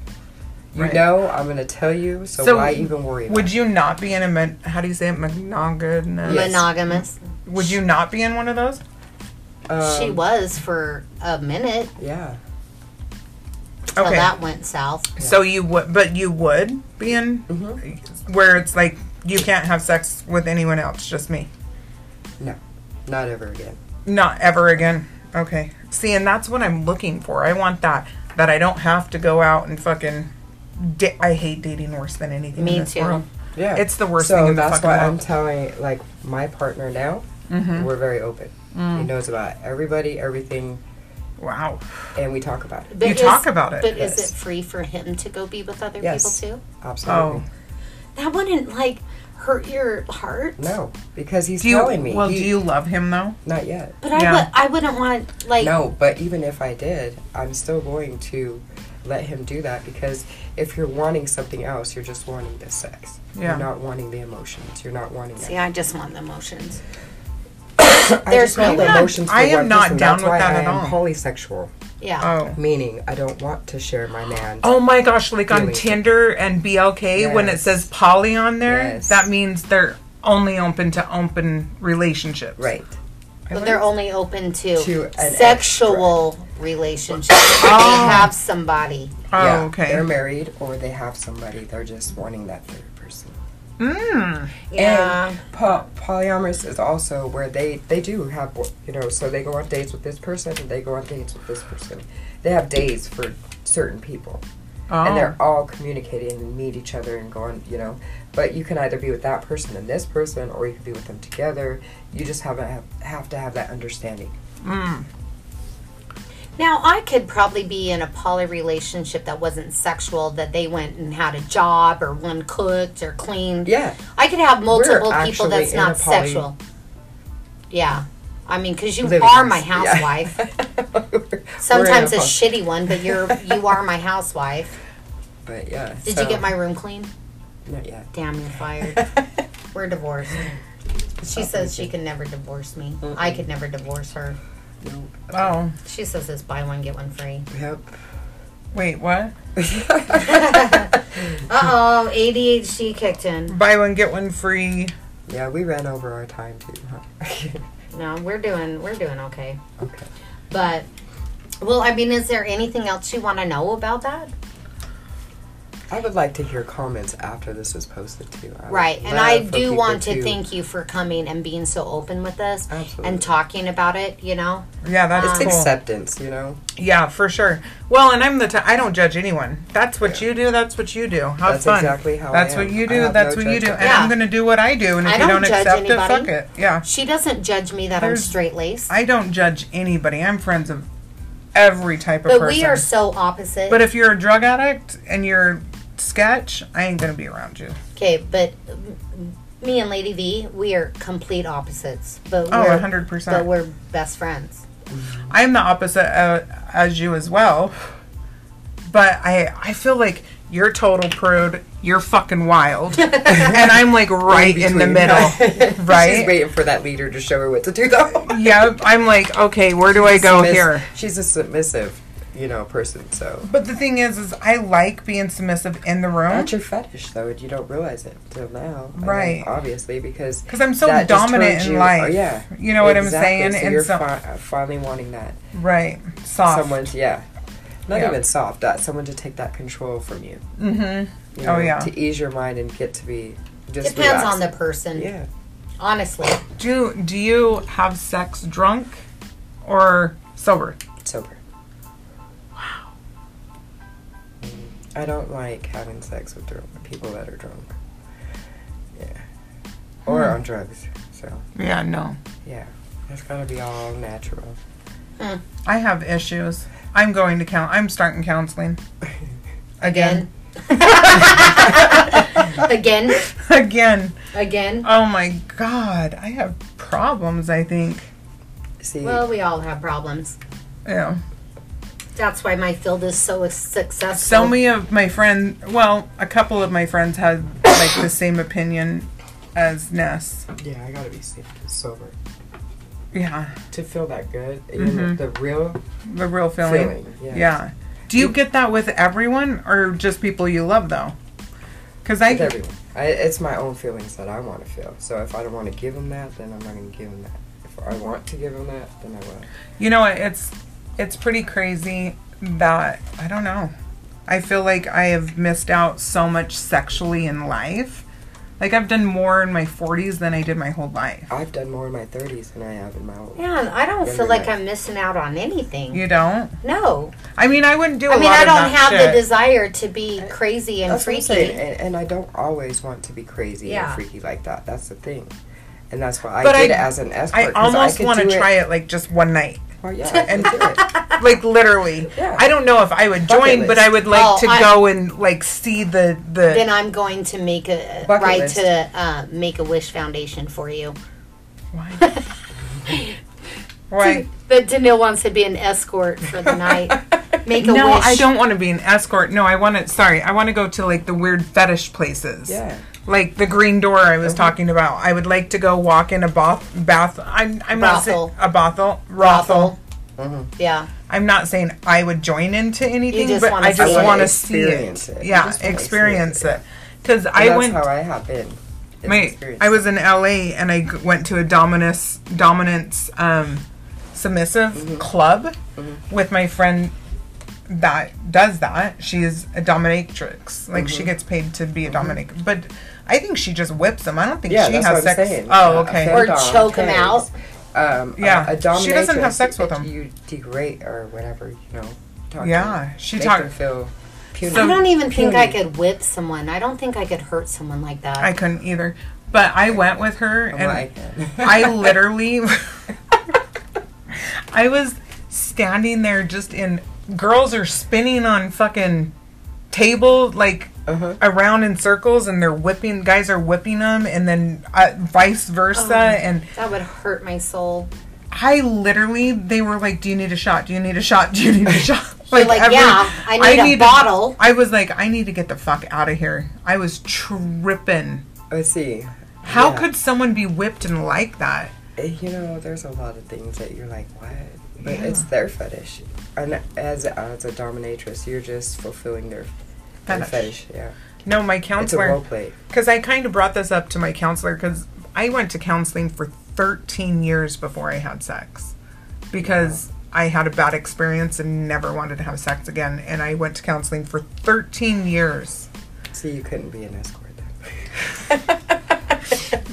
You Right. know, I'm gonna tell you, so, So why even worry? About Would you not be in a mon- how do you say it monogamous? Yes. monogamous. Would you not be in one of those? it? Um, she was for a minute Yeah. till Okay. that went south. So you would, but you would be in where it's like you can't have sex with anyone else, just me. No, not ever again. Not ever again. Okay. See, and that's what I'm looking for. I want that. That I don't have to go out and fucking. Da- I hate dating worse than anything Me in this too. world. Yeah, It's the worst so thing in the that's fucking why world. Mm-hmm. I'm telling like my partner now. We're very open. Mm. He knows about everybody, everything, Wow. and we talk about it. But You talk about it. But Yes. is it free for him to go be with other Yes. people too? Absolutely. That wouldn't like hurt your heart. No, because he's Do you, telling me. well, he- do you love him though? Not yet. But I Yeah. would. I wouldn't want like. No, but even if I did, I'm still going to let him do that because if you're wanting something else, you're just wanting the sex. Yeah. You're not wanting the emotions. You're not wanting. See, I just want the emotions. I there's just want no- the I'm emotions. not- for I am one not person. down That's with why that I at am all. Polysexual, Yeah. Oh. meaning I don't want to share my man. Oh my gosh, like on Really? Tinder and BLK, when it Yes. says poly on there, Yes. that means they're only open to open relationships. Right. But they're only open to, To an Oh. sexual relationships. They have somebody. Oh, yeah. They're okay. married or they have somebody. They're just wanting that third person. Mm. And po- polyamorous is also where they they do have you know so they go on dates with this person and they go on dates with this person. They have days for certain people Oh. and they're all communicating and meet each other and going you know. But you can either be with that person and this person or you can be with them together. You just have to have, have to have that understanding. mm. Now, I could probably be in a poly relationship that wasn't sexual, that they went and had a job or one cooked or cleaned. Yeah. I could have multiple We're people actually that's in a not poly- sexual. Yeah. I mean, because you Living- are my yeah. housewife. We're in Sometimes a poly- shitty one, but you're you are my housewife. But yeah. Did so- you get my room clean? Not yet. Damn, you're fired. We're divorced. She says she can never divorce me. I could never divorce her. No. Oh. She says it's buy one get one free. Yep. Wait, what? Uh oh, ADHD kicked in. Buy one, get one free. Yeah, we ran over our time too. Huh? No, we're doing we're doing okay. okay. But well, I mean, is there anything else you want to know about that? I would like to hear comments after this is posted too. I would Right, and love I for do people want to thank you for coming and being so open with us Absolutely. and talking about it. You know, Yeah, that is It's cool. acceptance, you know. Yeah, for sure. Well, and I'm the t- I don't judge anyone. That's what you do. That's what you do. Have That's fun. exactly how I That's am. what you I do. have That's no what you do. judgment. And I'm Yeah. gonna do what I do. And if I you don't don't judge accept it, fuck anybody. it. Yeah. she doesn't judge me that There's- I'm straight laced, I don't judge anybody. I'm friends of every type of but person. we are so opposite. But if you're a drug addict and you're sketch, I ain't gonna be around you. okay, but m- me and Lady V, we are complete opposites. But Oh, we're, 100%. But we're best friends. I'm the opposite uh, as you as well. But I I feel like you're total prude. You're fucking wild, and I'm like right in, the between. middle, She's right? waiting for that leader to show her what to do, though. Yep. I'm like, okay, where do I go Submiss- here? She's a submissive, you know, person. So But the thing is, is I like being submissive in the room that's your fetish, though, and you don't realize it until now. I mean, Right. obviously, because because I'm so that just dominant turns in you- life. Oh, yeah. You know what Exactly, I'm saying? So and you're so, fi- uh, finally wanting that right, soft. someone's yeah. Not Yeah. even soft. That someone to take that control from you. Mm-hmm. you Oh, yeah. To ease your mind and get to be just Depends on the relaxed. person. yeah. Honestly, Do Do you have sex drunk or sober? sober. Wow. I don't like having sex with drunk people that are drunk. Yeah. Or on drugs. So Yeah, no. yeah, it's gotta be all natural. I have issues. I'm going to count. I'm starting counseling again. again, Again. again. Oh my god, I have problems. I think. See, Well, we all have problems. Yeah. That's why my field is so successful. So many of my friends, well, a couple of my friends had like the same opinion as Ness. yeah, I gotta be sa- sober Yeah, to feel that good. You know, Mm-hmm. the real the real feeling. feeling. Yeah. Yeah. Do you get that with everyone or just people you love though? Because I With everyone. I, it's my own feelings that I want to feel. So if I don't want to give them that, then I'm not gonna give them that. If I want to give them that, then I will. You know, it's it's pretty crazy that I don't know. I feel like I have missed out so much sexually in life. Like I've done more in my 40s than I did my whole life. I've done more in my 30s than I have in my old. Man, I don't Younger feel like than- I'm missing out on anything. You don't? No, I mean, I wouldn't do. I I mean lot I don't of that have shit. the desire to be crazy and That's what I'm freaky. saying, and, and I don't always want to be crazy Yeah. and freaky like that. That's the thing, and that's why I But I- did it as an escort. I 'cause almost could want to do try it like just one night, Oh, yeah, I and- could do it. like literally. Yeah. I don't know if I would Bucket join, but list. I would like Oh, to I- go and like see the the. Then I'm going to make a Bucket right list. to uh, make a wish foundation for you. why? why? But Danielle wants to be an escort for the night. Make a No, wish. I don't want to be an escort. No, I want to. Sorry, I want to go to like the weird fetish places. Yeah. Like the green door I Uh-huh. was talking about. I would like to go walk in a bath. Bath. I'm. I'm not saying Brothel. a brothel. Brothel. Yeah. I'm not saying I would join into anything, just but wanna I see just it. want I to see experience it. it. You Yeah, just wanna experience see it, it. Because And I that's went. how I have been. It's My, experience. I was in LA and I g- went to a dominus dominance um, submissive Mm-hmm. club with my friend that does that. She is a dominatrix. Like Mm-hmm. she gets paid to be a dominic, but I think she just whips them. I don't think Yeah, she that's has what sex. I'm saying. Oh, Yeah, okay. a Or femdom choke 'em takes, out. Um, Yeah. a, a She doesn't have dominatrix, sex with if 'em. You degrade or whatever, you know. Talk to Yeah, them, she make talk- them feel puny. So- I don't even think Puny. I could whip someone. I don't think I could hurt someone like that. I couldn't either. But I went with her I'm and like, I literally, I was standing there just in. Girls are spinning on fucking table like Uh-huh. around in circles, and they're whipping. Guys are whipping them, and then uh, vice versa. and that would hurt my soul. I literally, they were like, "Do you need a shot? Do you need a shot? Do you need a shot?" like, "Yeah, I need a to- bottle." I was like, "I need to get the fuck out of here." I was tripping. Let's see. How Yeah. could someone be whipped and like that? Eh, You know, there's a lot of things that you're like, what? But Yeah. it's their fetish. And as as a dominatrix, you're just fulfilling their their Fetish. fetish. Yeah, No, my it's a role counselor. play. Because I kind of brought this up to my counselor because I went to counseling for 13 years before I had sex because I had a bad experience and never wanted to have sex again. And I went to counseling for 13 years. So you couldn't be an escort then.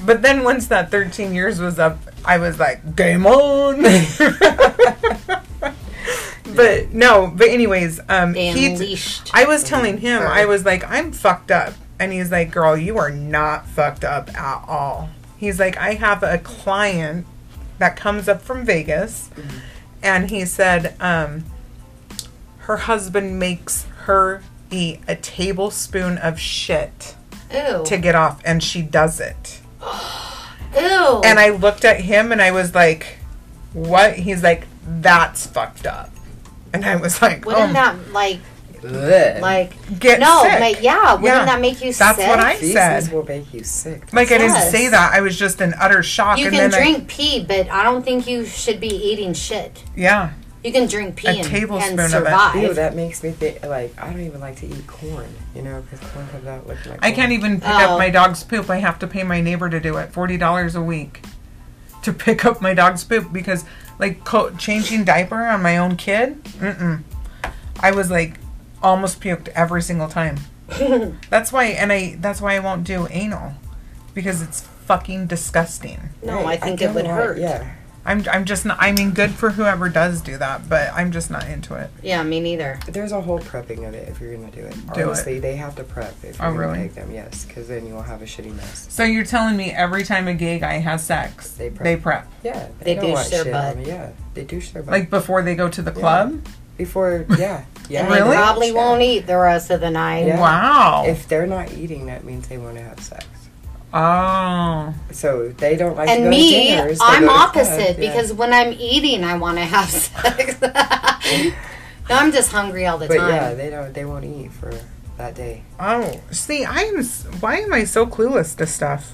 But then once that 13 years was up, I was like, game on. but no, but anyways, um, They he- unleashed. I was telling him, I was like, I'm fucked up. And he's like, girl, you are not fucked up at all. He's like, I have a client that comes up from Vegas. And he said, um, her husband makes her eat a tablespoon of shit Ew. to get off. And she does it. Ew. And I looked at him and I was like, what? He's like, that's fucked up. And I was like, wouldn't oh, that like Bleh. like get no? sick. Like yeah. Wouldn't Yeah. that make you That's sick? what I Feces said. will make you sick. Like I didn't Yes. say that. I was just in utter shock. You and can then I- drink pee, but I don't think you should be eating shit. yeah, You can drink pee A and, tablespoon and of it. survive. Ew, that makes me think. Like I don't even like to eat corn. You know, because corn comes out looking like I can't corn. even pick Oh. up my dog's poop. I have to pay my neighbor to do it. Forty dollars a week to pick up my dog's poop because, like, co- changing diaper on my own kid. Mm-mm. I was like, almost puked every single time. that's why, and I. That's why I won't do anal because it's fucking disgusting. no, I Right, think it don't would want- hurt. Yeah. Yeah, I'm. I'm just. Not, I mean, good for whoever does do that, but I'm just not into it. me neither. there's a whole prepping of it if you're gonna do it. Do it. Honestly, they have to prep if you're Oh, gonna really? take them. Yes, because then you will have a shitty mess. So you're telling me every time a gay guy has sex, They prep. They prep. Yeah, They don't douche want their shit butt. on it, Yeah, they douche their butt. Like before they go to the club? before, yeah, yeah. And they Really? probably Yeah. won't eat the rest of the night. Yeah. Wow. If they're not eating, that means they want to have sex. oh. So they don't like. to And go me, to dinners, they I'm go to clubs, opposite yeah. because when I'm eating, I want to have sex. no, I'm just hungry all the But time. yeah, they don't. They won't eat for that day. Oh. See, I am s- why am I so clueless to stuff?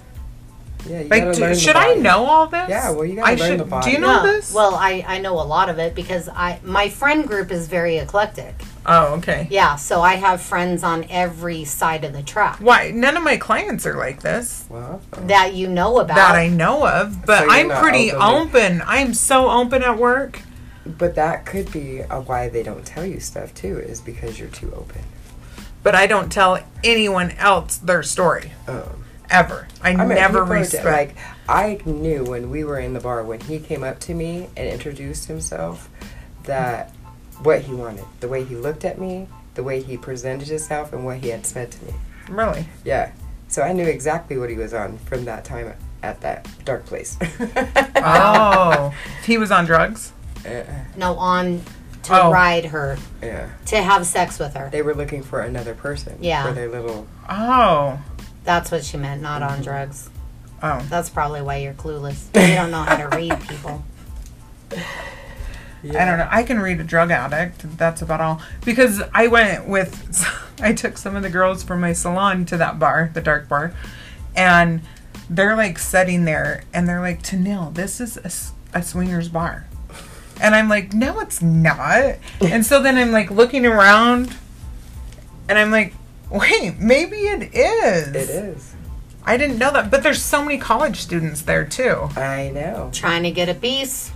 Yeah, you Like gotta do, learn the should I body. know all this? Yeah, well, you gotta I learn should, the Do body. you know No, this? Well, I, I know a lot of it because I my friend group is very eclectic. oh, okay. Yeah, so I have friends on every side of the track Why none of my clients are like this Well, that you know about. that I know of, but So you're I'm not pretty open open. I'm so open at work. but that could be a why they don't tell you stuff too, is because you're too open. But I don't tell anyone else their story Um, ever. I, I mean, never people are respect. di- Like I knew when we were in the bar when he came up to me and introduced himself that what he wanted, the way he looked at me, the way he presented himself, and what he had said to me. really? Yeah, so I knew exactly what he was on from that time at that dark place. Oh, he was on drugs. yeah, no on to Oh. ride her yeah. to have sex with her. They were looking for another person. Yeah. For their little. Oh. That's what she meant, not on drugs. Oh. That's probably why you're clueless. You don't know how to read people. I don't know. I can read a drug addict. That's about all. Because I went with, I took some of the girls from my salon to that bar, the dark bar, and they're like sitting there and they're like, Tanil, this is a, s- a swingers bar. And I'm like, no, it's not. And so then I'm like looking around and I'm like, wait, maybe it is. It is. I didn't know that. But there's so many college students there too. I know. Trying to get a piece.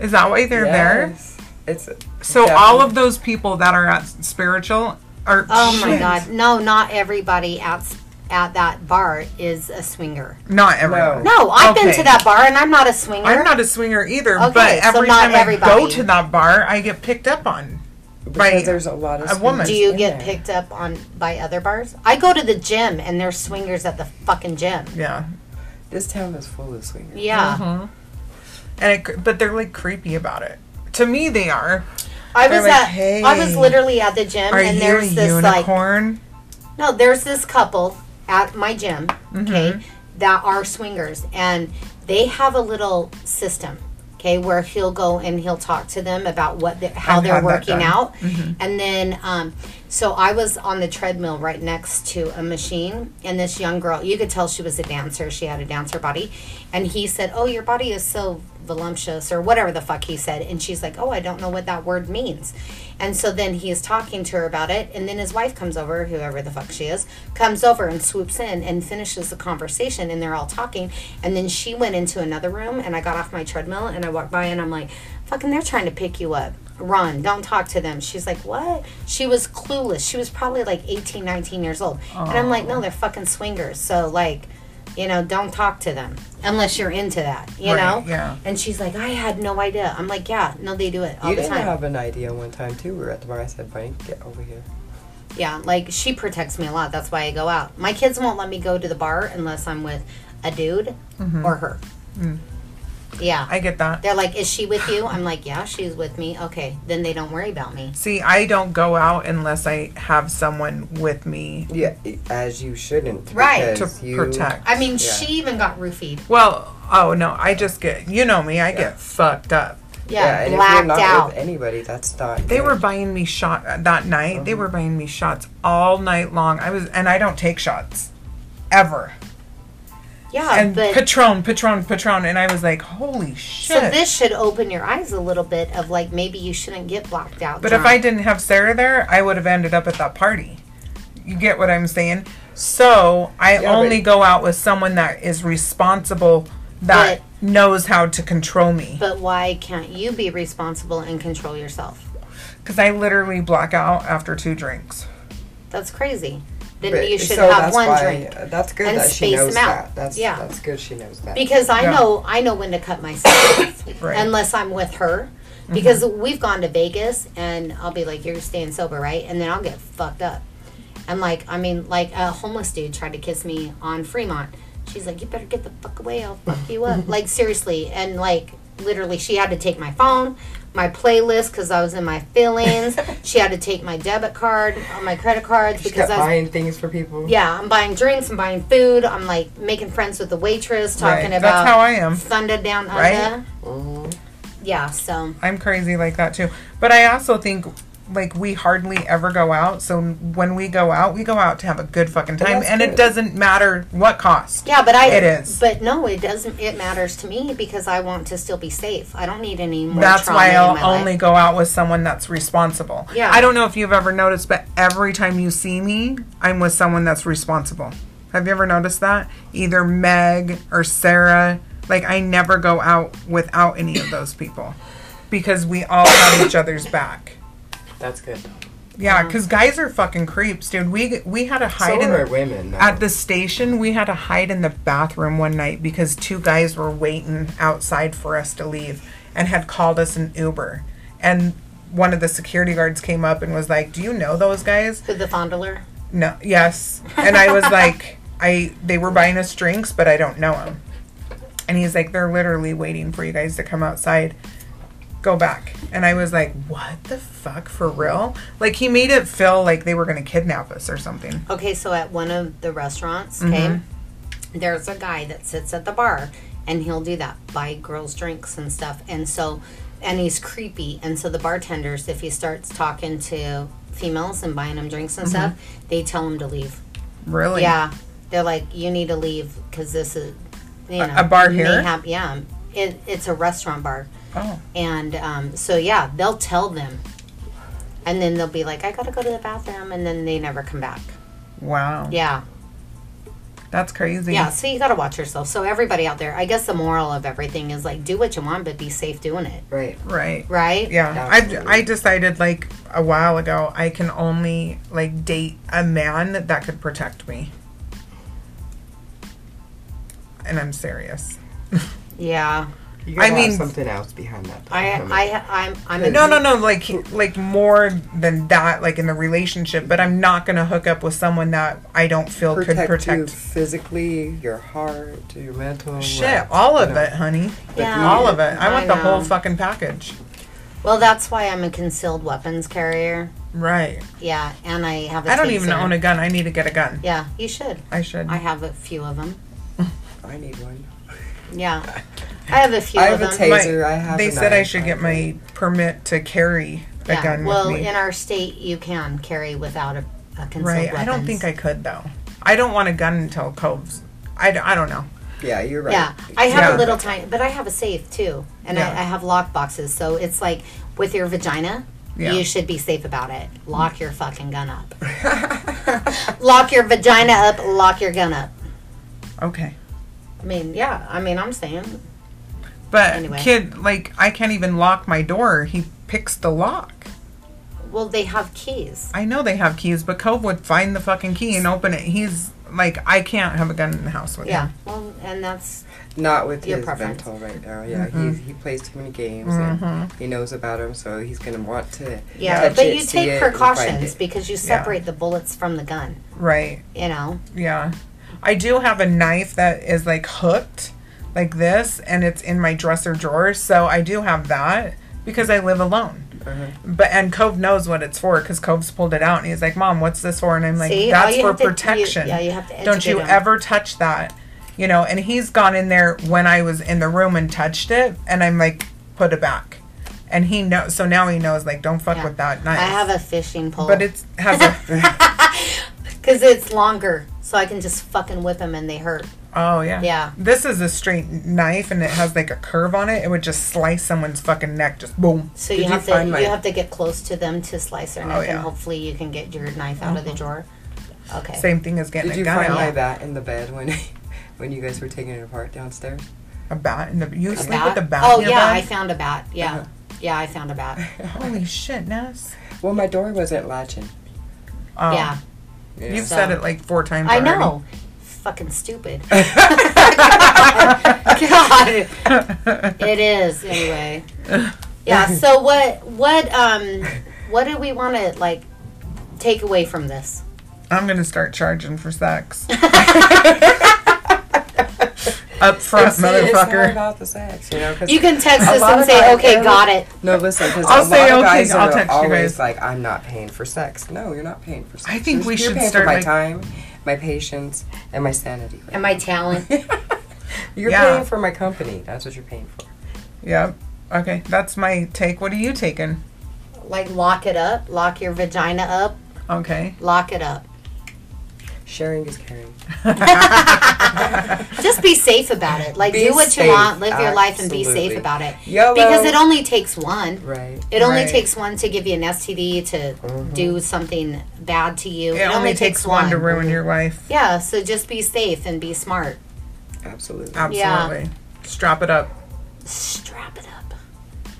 Is that why they're there? Yes. It's So all of those people that are at spiritual are Oh my shit. god. No, not everybody at s- at that bar is a swinger. Not everyone. No, I've been Okay. to that bar and I'm not a swinger. I'm not a swinger either, Okay, but so every not time I go everybody. to that bar, I get picked up on. because Right. there's a lot of A Do woman. screens you in get there. picked up on by other bars? I go to the gym and there's swingers at the fucking gym. Yeah. This town is full of swingers. Yeah. Mm-hmm. And it, cr- but they're like creepy about it. To me, they are. I They're was like, at I "Hey, was literally at the gym Are and you there's a this like unicorn? no, there's this couple at my gym, Mm-hmm. okay, that are swingers and they have a little system, okay, where he'll go and he'll talk to them about what the, how I've they're had that working done. Mm-hmm. out. And then um so I was on the treadmill right next to a machine and this young girl, you could tell she was a dancer, she had a dancer body, and he said, "Oh, your body is so voluptuous or whatever the fuck he said." And she's like, "Oh, I don't know what that word means." And so then he is talking to her about it, and then his wife comes over, whoever the fuck she is, comes over and swoops in and finishes the conversation, and they're all talking. And then she went into another room, and I got off my treadmill and I walked by, and I'm like, fucking, they're trying to pick you up. Run, don't talk to them. She's like, what? She was clueless. She was probably like 18, 19 years old. And I'm Oh. like, no, they're fucking swingers. So, like, you know, don't talk to them unless you're into that, you Right, know? yeah. And she's like, I had no idea. I'm like, yeah, no, they do it all You the didn't time. have an idea one time too. We were at the bar. I said, "Frank, get over here." Yeah, like she protects me a lot. That's why I go out. My kids won't let me go to the bar unless I'm with a dude or her. Yeah. Mm-hmm. Mm. I get that. They're like, is she with you? I'm like, yeah, she's with me. Okay. Then they don't worry about me. See, I don't go out unless I have someone with me Yeah, as you shouldn't. Right. to because you- protect. I mean, she even got roofied. well, oh no, I just get you know me. I get fucked up. Yeah, Yeah, and if blacked you're not out. with anybody, that's not. They good. were buying me shot uh, that night. They were buying me shots all night long. I was, and I don't take shots, ever. yeah, and Oh, but Patron, Patron, Patron, and I was like, holy shit. so this should open your eyes a little bit of like maybe you shouldn't get blacked out. but if I drunk. didn't have Sarah there, I would have ended up at that party. You get what I'm saying? So I Yeah, only but- go out with someone that is responsible, that knows how to control me, but why can't you be responsible and control yourself? because I literally black out after two drinks. That's crazy. Then But- you should so have that's one why- uh, drink. That's good and that she space knows them out. that. That's Yeah. that's good she knows that. because I Yeah. know I know when to cut myself off Right. unless I'm with her. Because Mm-hmm. we've gone to Vegas and I'll be like, "You're staying sober, right?" And then I'll get fucked up. And like, I mean, like a homeless dude tried to kiss me on Fremont. She's like, "You better get the fuck away. I'll fuck you up." like seriously, and like literally, she had to take my phone, my playlist because I was in my feelings. she had to take my debit card, my credit cards she because kept I was buying things for people. yeah, I'm buying drinks, I'm buying food, I'm like making friends with the waitress, talking Right. about That's how I am. Thunder Down Under. Right? Mm-hmm. Yeah, so I'm crazy like that too. But I also think like we hardly ever go out. So when we go out, we go out to have a good fucking time, that's and it good. doesn't matter what cost. yeah, but I It is. But no, it doesn't it matters to me because I want to still be safe. I don't need any more That's trauma why in I'll my life. only go out with someone that's responsible. Yeah. I don't know if you've ever noticed, but every time you see me, I'm with someone that's responsible. Have you ever noticed that? Either Meg or Sarah. Like I never go out without any of those people because we all have each other's back. That's good. Yeah, because guys are fucking creeps, dude. We we had to hide So in are women. though. at the station. We had to hide in the bathroom one night because two guys were waiting outside for us to leave and had called us an Uber. And one of the security guards came up and was like, "Do you know those guys?" With the fondler. No. Yes. And I was like, "I they were buying us drinks, but I don't know them." And he's like, "They're literally waiting for you guys to come outside." Go back. And I was like, what the fuck, for real? Like, he made it feel like they were going to kidnap us or something. Okay, so at one of the restaurants, okay, Mm-hmm. there's a guy that sits at the bar and he'll do that, buy girls drinks and stuff. And so and he's creepy. And so the bartenders, if he starts talking to females and buying them drinks and Mm-hmm. stuff, they tell him to leave. Really? Yeah, they're like, you need to leave because this is, you know, a bar you may here? have- yeah, it, it's a restaurant bar, Oh. and um, so yeah, they'll tell them, and then they'll be like, I gotta go to the bathroom, and then they never come back. Wow. Yeah, That's crazy. yeah. So you gotta watch yourself. So everybody out there, I guess the moral of everything is like, do what you want, but be safe doing it, Right. Right. right? Yeah. Absolutely. I I decided like a while ago I can only like date a man that could protect me. And I'm serious. Yeah. You gotta I mean- have something else behind that. I, though. I, I'm, I'm a No, no, no. Like, like more than that. Like in the relationship, but I'm not gonna hook up with someone that I don't feel could protect, protect. you physically, your heart, your mental. Shit, all of it, honey. Yeah. All of it. I want I the whole know. fucking package. Well, that's why I'm a concealed weapons carrier. Right. Yeah, and I have. I I don't even own a gun. I need to get a gun. Yeah, you should. I should. I have a few of them. I need one. Yeah, I have a few I of have a them. tape. My- Taser, I have they a said I knife, should I get my permit to carry a yeah. gun well, with me. in our state, you can carry without a, a concealed right. weapons. I don't think I could though. I don't want a gun until Coves. I, d- I don't know. Yeah, you're right. Yeah, I have a Yeah. little tiny, but I have a safe too, and Yeah. I, I have lock boxes. So it's like with your vagina, Yeah. you should be safe about it. Lock your fucking gun up. lock your vagina up. Lock your gun up. Okay. I mean, yeah. I mean, I'm saying But Anyway. kid, like I can't even lock my door. He picks the lock. Well, they have keys. I know they have keys, but Cove would find the fucking key and open it. He's like, I can't have a gun in the house with Yeah. him. Well, and that's Not with Your his preference. mental right now. Yeah, Mm-hmm. he's, he plays too many games and he knows about them, so he's gonna want to. yeah. touch but it, you see take it, and find precautions it. because you separate the bullets from the gun. Right. You know. Yeah. I do have a knife that is like hooked like this and it's in my dresser drawer, so I do have that because I live alone. But and Cove knows what it's for because Cove's pulled it out and he's like, "Mom, what's this for?" And I'm like, See? All "That's you for have to- you- protection. yeah, you have to Don't you educate 'em. ever touch that, you know?" And he's gone in there when I was in the room and touched it, and I'm like, "Put it back." And he knows, so now he knows. Like, don't fuck Yeah. with that knife. I have a fishing pole, but it's has a because it's longer, so I can just fucking whip them and they hurt. Oh yeah. Yeah. This is a straight knife and it has like a curve on it. It would just slice someone's fucking neck just boom. So you Did you have to find my- Oh, you have to get close to them to slice their knife, yeah. and hopefully you can get your knife out of Mm-hmm. the drawer. Okay. Same thing as getting Did a you gun find out. my bat in the bed when when you guys were taking it apart downstairs? A bat in the you sleep Bat? with a bat oh in your yeah, I bed? found a bat. Yeah, Uh-huh. yeah, I found a bat. Holy shit, Ness. Well, my door wasn't latching. Oh, yeah, You've So- said it like four times I already. know. Fucking stupid. God. It is anyway. Yeah, so what what um what do we want to like take away from this? I'm gonna start charging for sex. Up front, See, it's not motherfucker. about the sex, you know, 'cause You can text A us lot and of say, guys- "Okay, and- got it." No, listen, because I'll a say, lot okay, of guys I'll are text you always guys. like, "I'm not paying for sex." No, you're not paying for sex. I think You're- we you're should paying start, for my like- time, my patience, and my sanity. And my talent. You're Yeah. paying for my company. That's what you're paying for. Yep. Okay, that's my take. What are you taking? like lock it up, lock your vagina up, Okay. lock it up. Sharing is caring. Just be safe about it. Like Be do what safe, you want, live your life and be absolutely. safe about it. YOLO. Because it only takes one. Right. Mm-hmm. It only Right. takes one to give you an STD to do something bad to you. It, only, takes, one to ruin your life. Yeah, so just be safe and be smart. Absolutely. Absolutely. Strap it up. Strap it up.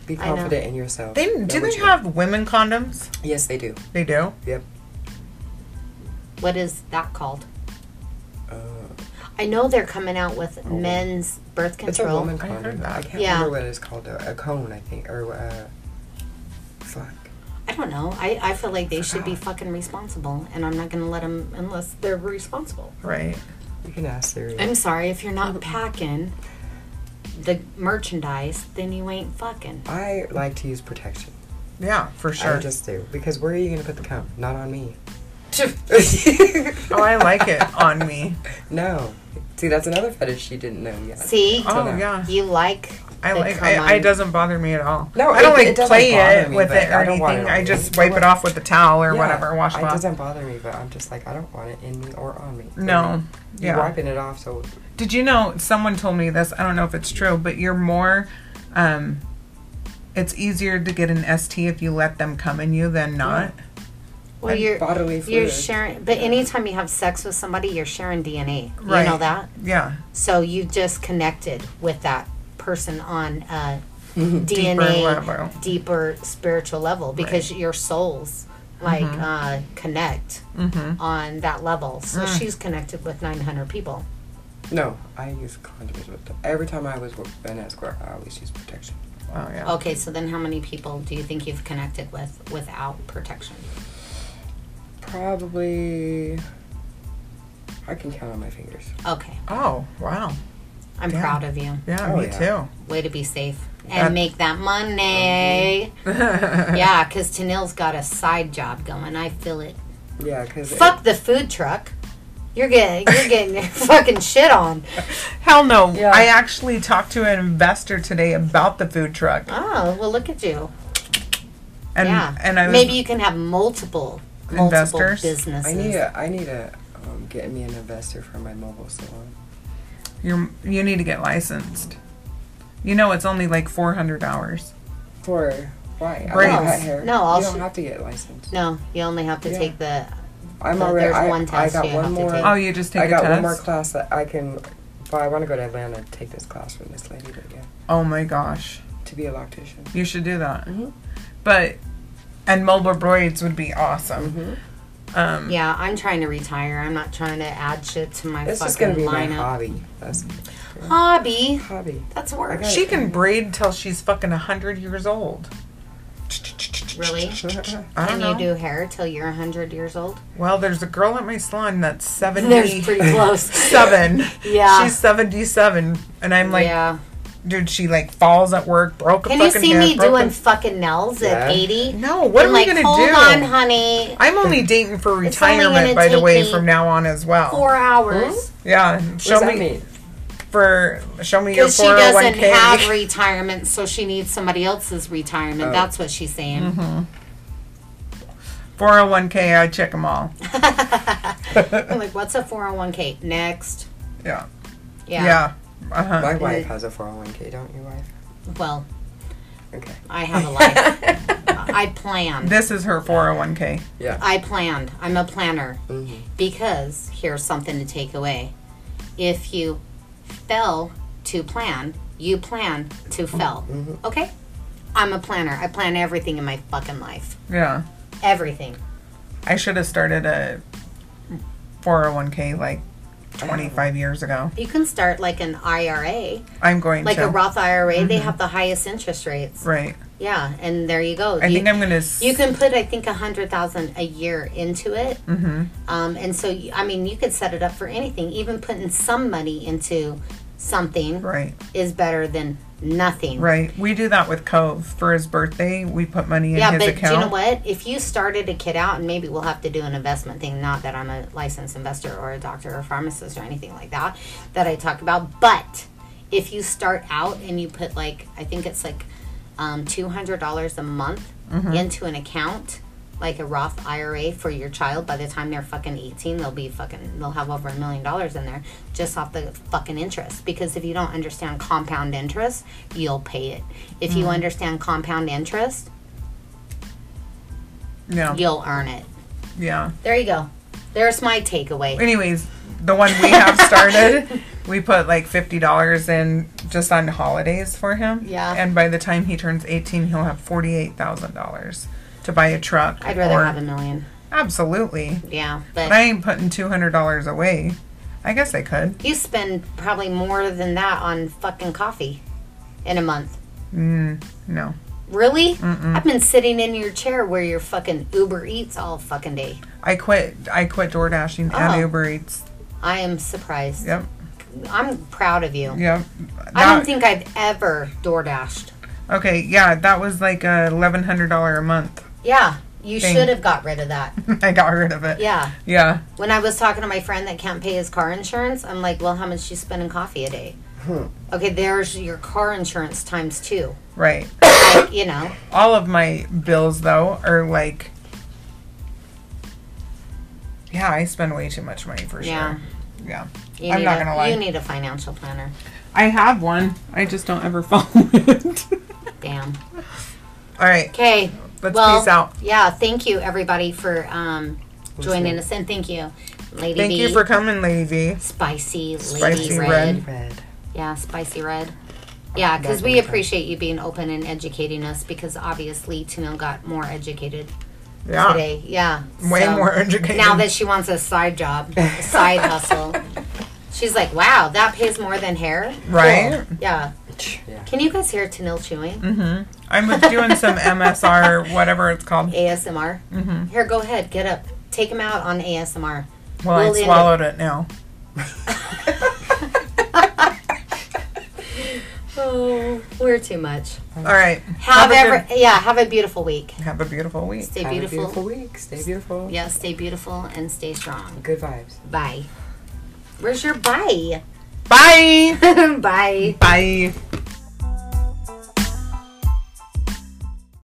Be I know. confident in yourself. They Know do what they you want. have women condoms? Yes, they do. They do. Yep. What is that called? Uh, I know they're coming out with men's birth Oh. it's a control. woman I heard condom. that. I can't Yeah. remember what it's called though. A cone, I think, or uh, fuck. I don't know. I, I feel like they should be fucking responsible, and I'm not going to let them unless they're responsible. Right. You can ask Siri. I'm sorry, if you're Mm-hmm. not packing the merchandise, then you ain't fucking. I like to use protection. Yeah, for I sure. just do because where are you gonna put the cum? Not on me. oh, I like it on me. No. See, that's another fetish she didn't know yet. See? Oh now. yeah, You like I They like. come I, I on. doesn't bother me at all. No, I don't it- like it doesn't play bother it me, with but it or I don't want it anything. on I me. just wipe it off with the towel or Yeah, whatever It washcloth. doesn't bother me, but I'm just like I don't want it in me or on me. No. You're Yeah. wiping it off, so Did you know someone told me this? I don't know if it's true, but you're more um it's easier to get an ST if you let them come in you than not. Well, And you're bodily you're fluids. sharing, but anytime you have sex with somebody, you're sharing DNA. Right. You know that, Yeah. so you just connected with that person on a Mm-hmm. DNA level. deeper spiritual level because your souls like Mm-hmm. uh, connect on that level. So Mm. she's connected with 900 people. no. I use condoms with them. every time I was with an escort. I always use protection. Oh yeah. Okay, so then how many people do you think you've connected with without protection? Probably, I can count on my fingers. Okay, Oh, wow. I'm Damn. proud of you. Yeah, Oh, me yeah. too. Way to be safe That- and make that money. yeah, because Tanil's got a side job going. I feel it. Yeah, because Fuck the food truck. You're getting you're getting your fucking shit on. Hell no. Yeah. I actually talked to an investor today about the food truck. Oh well, look at you. And yeah, and I was maybe you can have multiple multiple Investors? I businesses. need a I need a um, get me an investor for my mobile salon. you're you need to get licensed. You know it's only like 400 hours. For why? Braids. I don't cut hair. No, I'll you don't sh- have to get licensed. no, you only have to Yeah. take the I'm But already. there's I, one I test got you one have to more. take. Oh, you just take I a got test. one more class that I can. Well, I want to go to Atlanta to take this class from this lady to get oh my gosh. to be a loctician. You should do that. Mm-hmm. Mhm. But and mobile braids would be awesome. Mhm. Um, Mm-hmm. yeah. I'm trying to retire. I'm not trying to add shit to my It's fucking just gonna be my lineup. hobby. That's Hobby. hobby. That's work. got- she can braid till she's fucking hundred years old. Really? I don't Can know. you do hair till you're 100 years old? Mm. well, there's a girl at my salon that's There's pretty seventy-seven. close. Yeah. She's seventy-seven, and I'm like, yeah. dude, she like falls at work, broke a Can you fucking see hip, me broke a- doing fucking nails at Yeah. 80? No, what I'm am like, I gonna hold do? on, honey. I'm only dating for It's only gonna retirement, by the take way, me from now on as well. Four hours. yeah, Show show that me me. Mean? for show me your Because she four hundred one doesn't have k. retirement, so she needs somebody else's retirement. Oh. That's what she's saying. 401k, I check them all. Mm-hmm. I'm like, what's a 401k? Next. Yeah. Yeah. Yeah. Uh-huh. My wife has a 401k, don't you, wife? Well, Okay. I have a life. I planned. This is her 401k. Yeah. I planned. I'm a planner. Mm-hmm. Mhm. Because here's something to take away. If you fell to plan, you plan to fell. Mm-hmm. Okay? I'm a planner. I plan everything in my fucking life. Yeah. Everything. I should have started a 401k like Uh-huh. 25 years ago. You can start like an IRA, I'm Mm-hmm. going like to. a Roth IRA. They have the highest interest rates. Right. Yeah, and there you go. I You- think I'm going to. You can put, I think, a hundred thousand a year into it, mm-hmm. um, and so you- I mean, you could set it up for anything. Even putting some money into something Right. is better than nothing. Right. We do that with Cove for his birthday. We put money in Yeah, his but account. do you know what? If you started a kid out, and maybe we'll have to do an investment thing. Not that I'm a licensed investor or a doctor or pharmacist or anything like that that I talk about. But if you start out and you put like, I think it's like um, two hundred dollars a month Mm-hmm. into an account, like a Roth IRA for your child. By the time they're fucking eighteen, they'll be fucking. They'll have over a million dollars in there just off the fucking interest. Because if you don't understand compound interest, you'll pay it. If you Mm-hmm. understand compound interest Yeah. you'll earn it. Yeah. There you go. There's my takeaway. Anyways, the one we have started, we put like $50 in just on holidays for him. Yeah. And by the time he turns 18, he'll have $48,000 to buy a truck. I'd rather or- have a million. Absolutely. Yeah, But I but ain't putting two hundred dollars away. I guess I could. you spend probably more than that on fucking coffee in a month. Mm, no, Really? I've been sitting in your chair where you're fucking Uber Eats all fucking day. I quit. I quit DoorDashing dashing and Oh. Uber Eats. I am surprised. Yep, I'm proud of you. yep. I don't That- think I've ever door dashed. okay, yeah, that was like a eleven hundred dollar a month. Yeah, you Dang. should have got rid of that. I got rid of it. Yeah. Yeah. When I was talking to my friend that can't pay his car insurance, I'm like, well, how much you spend in coffee a day? Hmm. Okay, there's your car insurance times two. Right. Like, you know, All of my bills though are like Yeah, I spend way too much money for Yeah. sure. Yeah. you I'm need not a, gonna lie. You need a financial planner. I have one. I just don't ever follow it. Damn. All right. Okay. Let's well, peace out. Yeah. Thank you, everybody, for um, joining us, and thank you, Lady Thank B. you for coming, Lady V. spicy, Spicy Lady red. red. Red. Yeah, spicy red. Yeah, because we appreciate you being open and educating us because obviously Tino got more educated Yeah. today. Yeah. Way so more educated. Now that she wants a side job, a side hustle. She's like, wow, that pays more than hair. right? Yeah. Yeah. Can you guys hear Tanil chewing? Mm-hmm. I'm doing some MSR, whatever it's called. ASMR. Here, go ahead. Get up. Take him out on ASMR. Well, We'll end I it. swallowed it now. Oh, we're too much. All right. Have, a ever, yeah, have a beautiful week. good- have a beautiful week. Stay Have a beautiful. beautiful week. Stay beautiful. Yeah, stay beautiful and stay strong. Good vibes. Bye. Where's your bye? Bye. bye. Bye.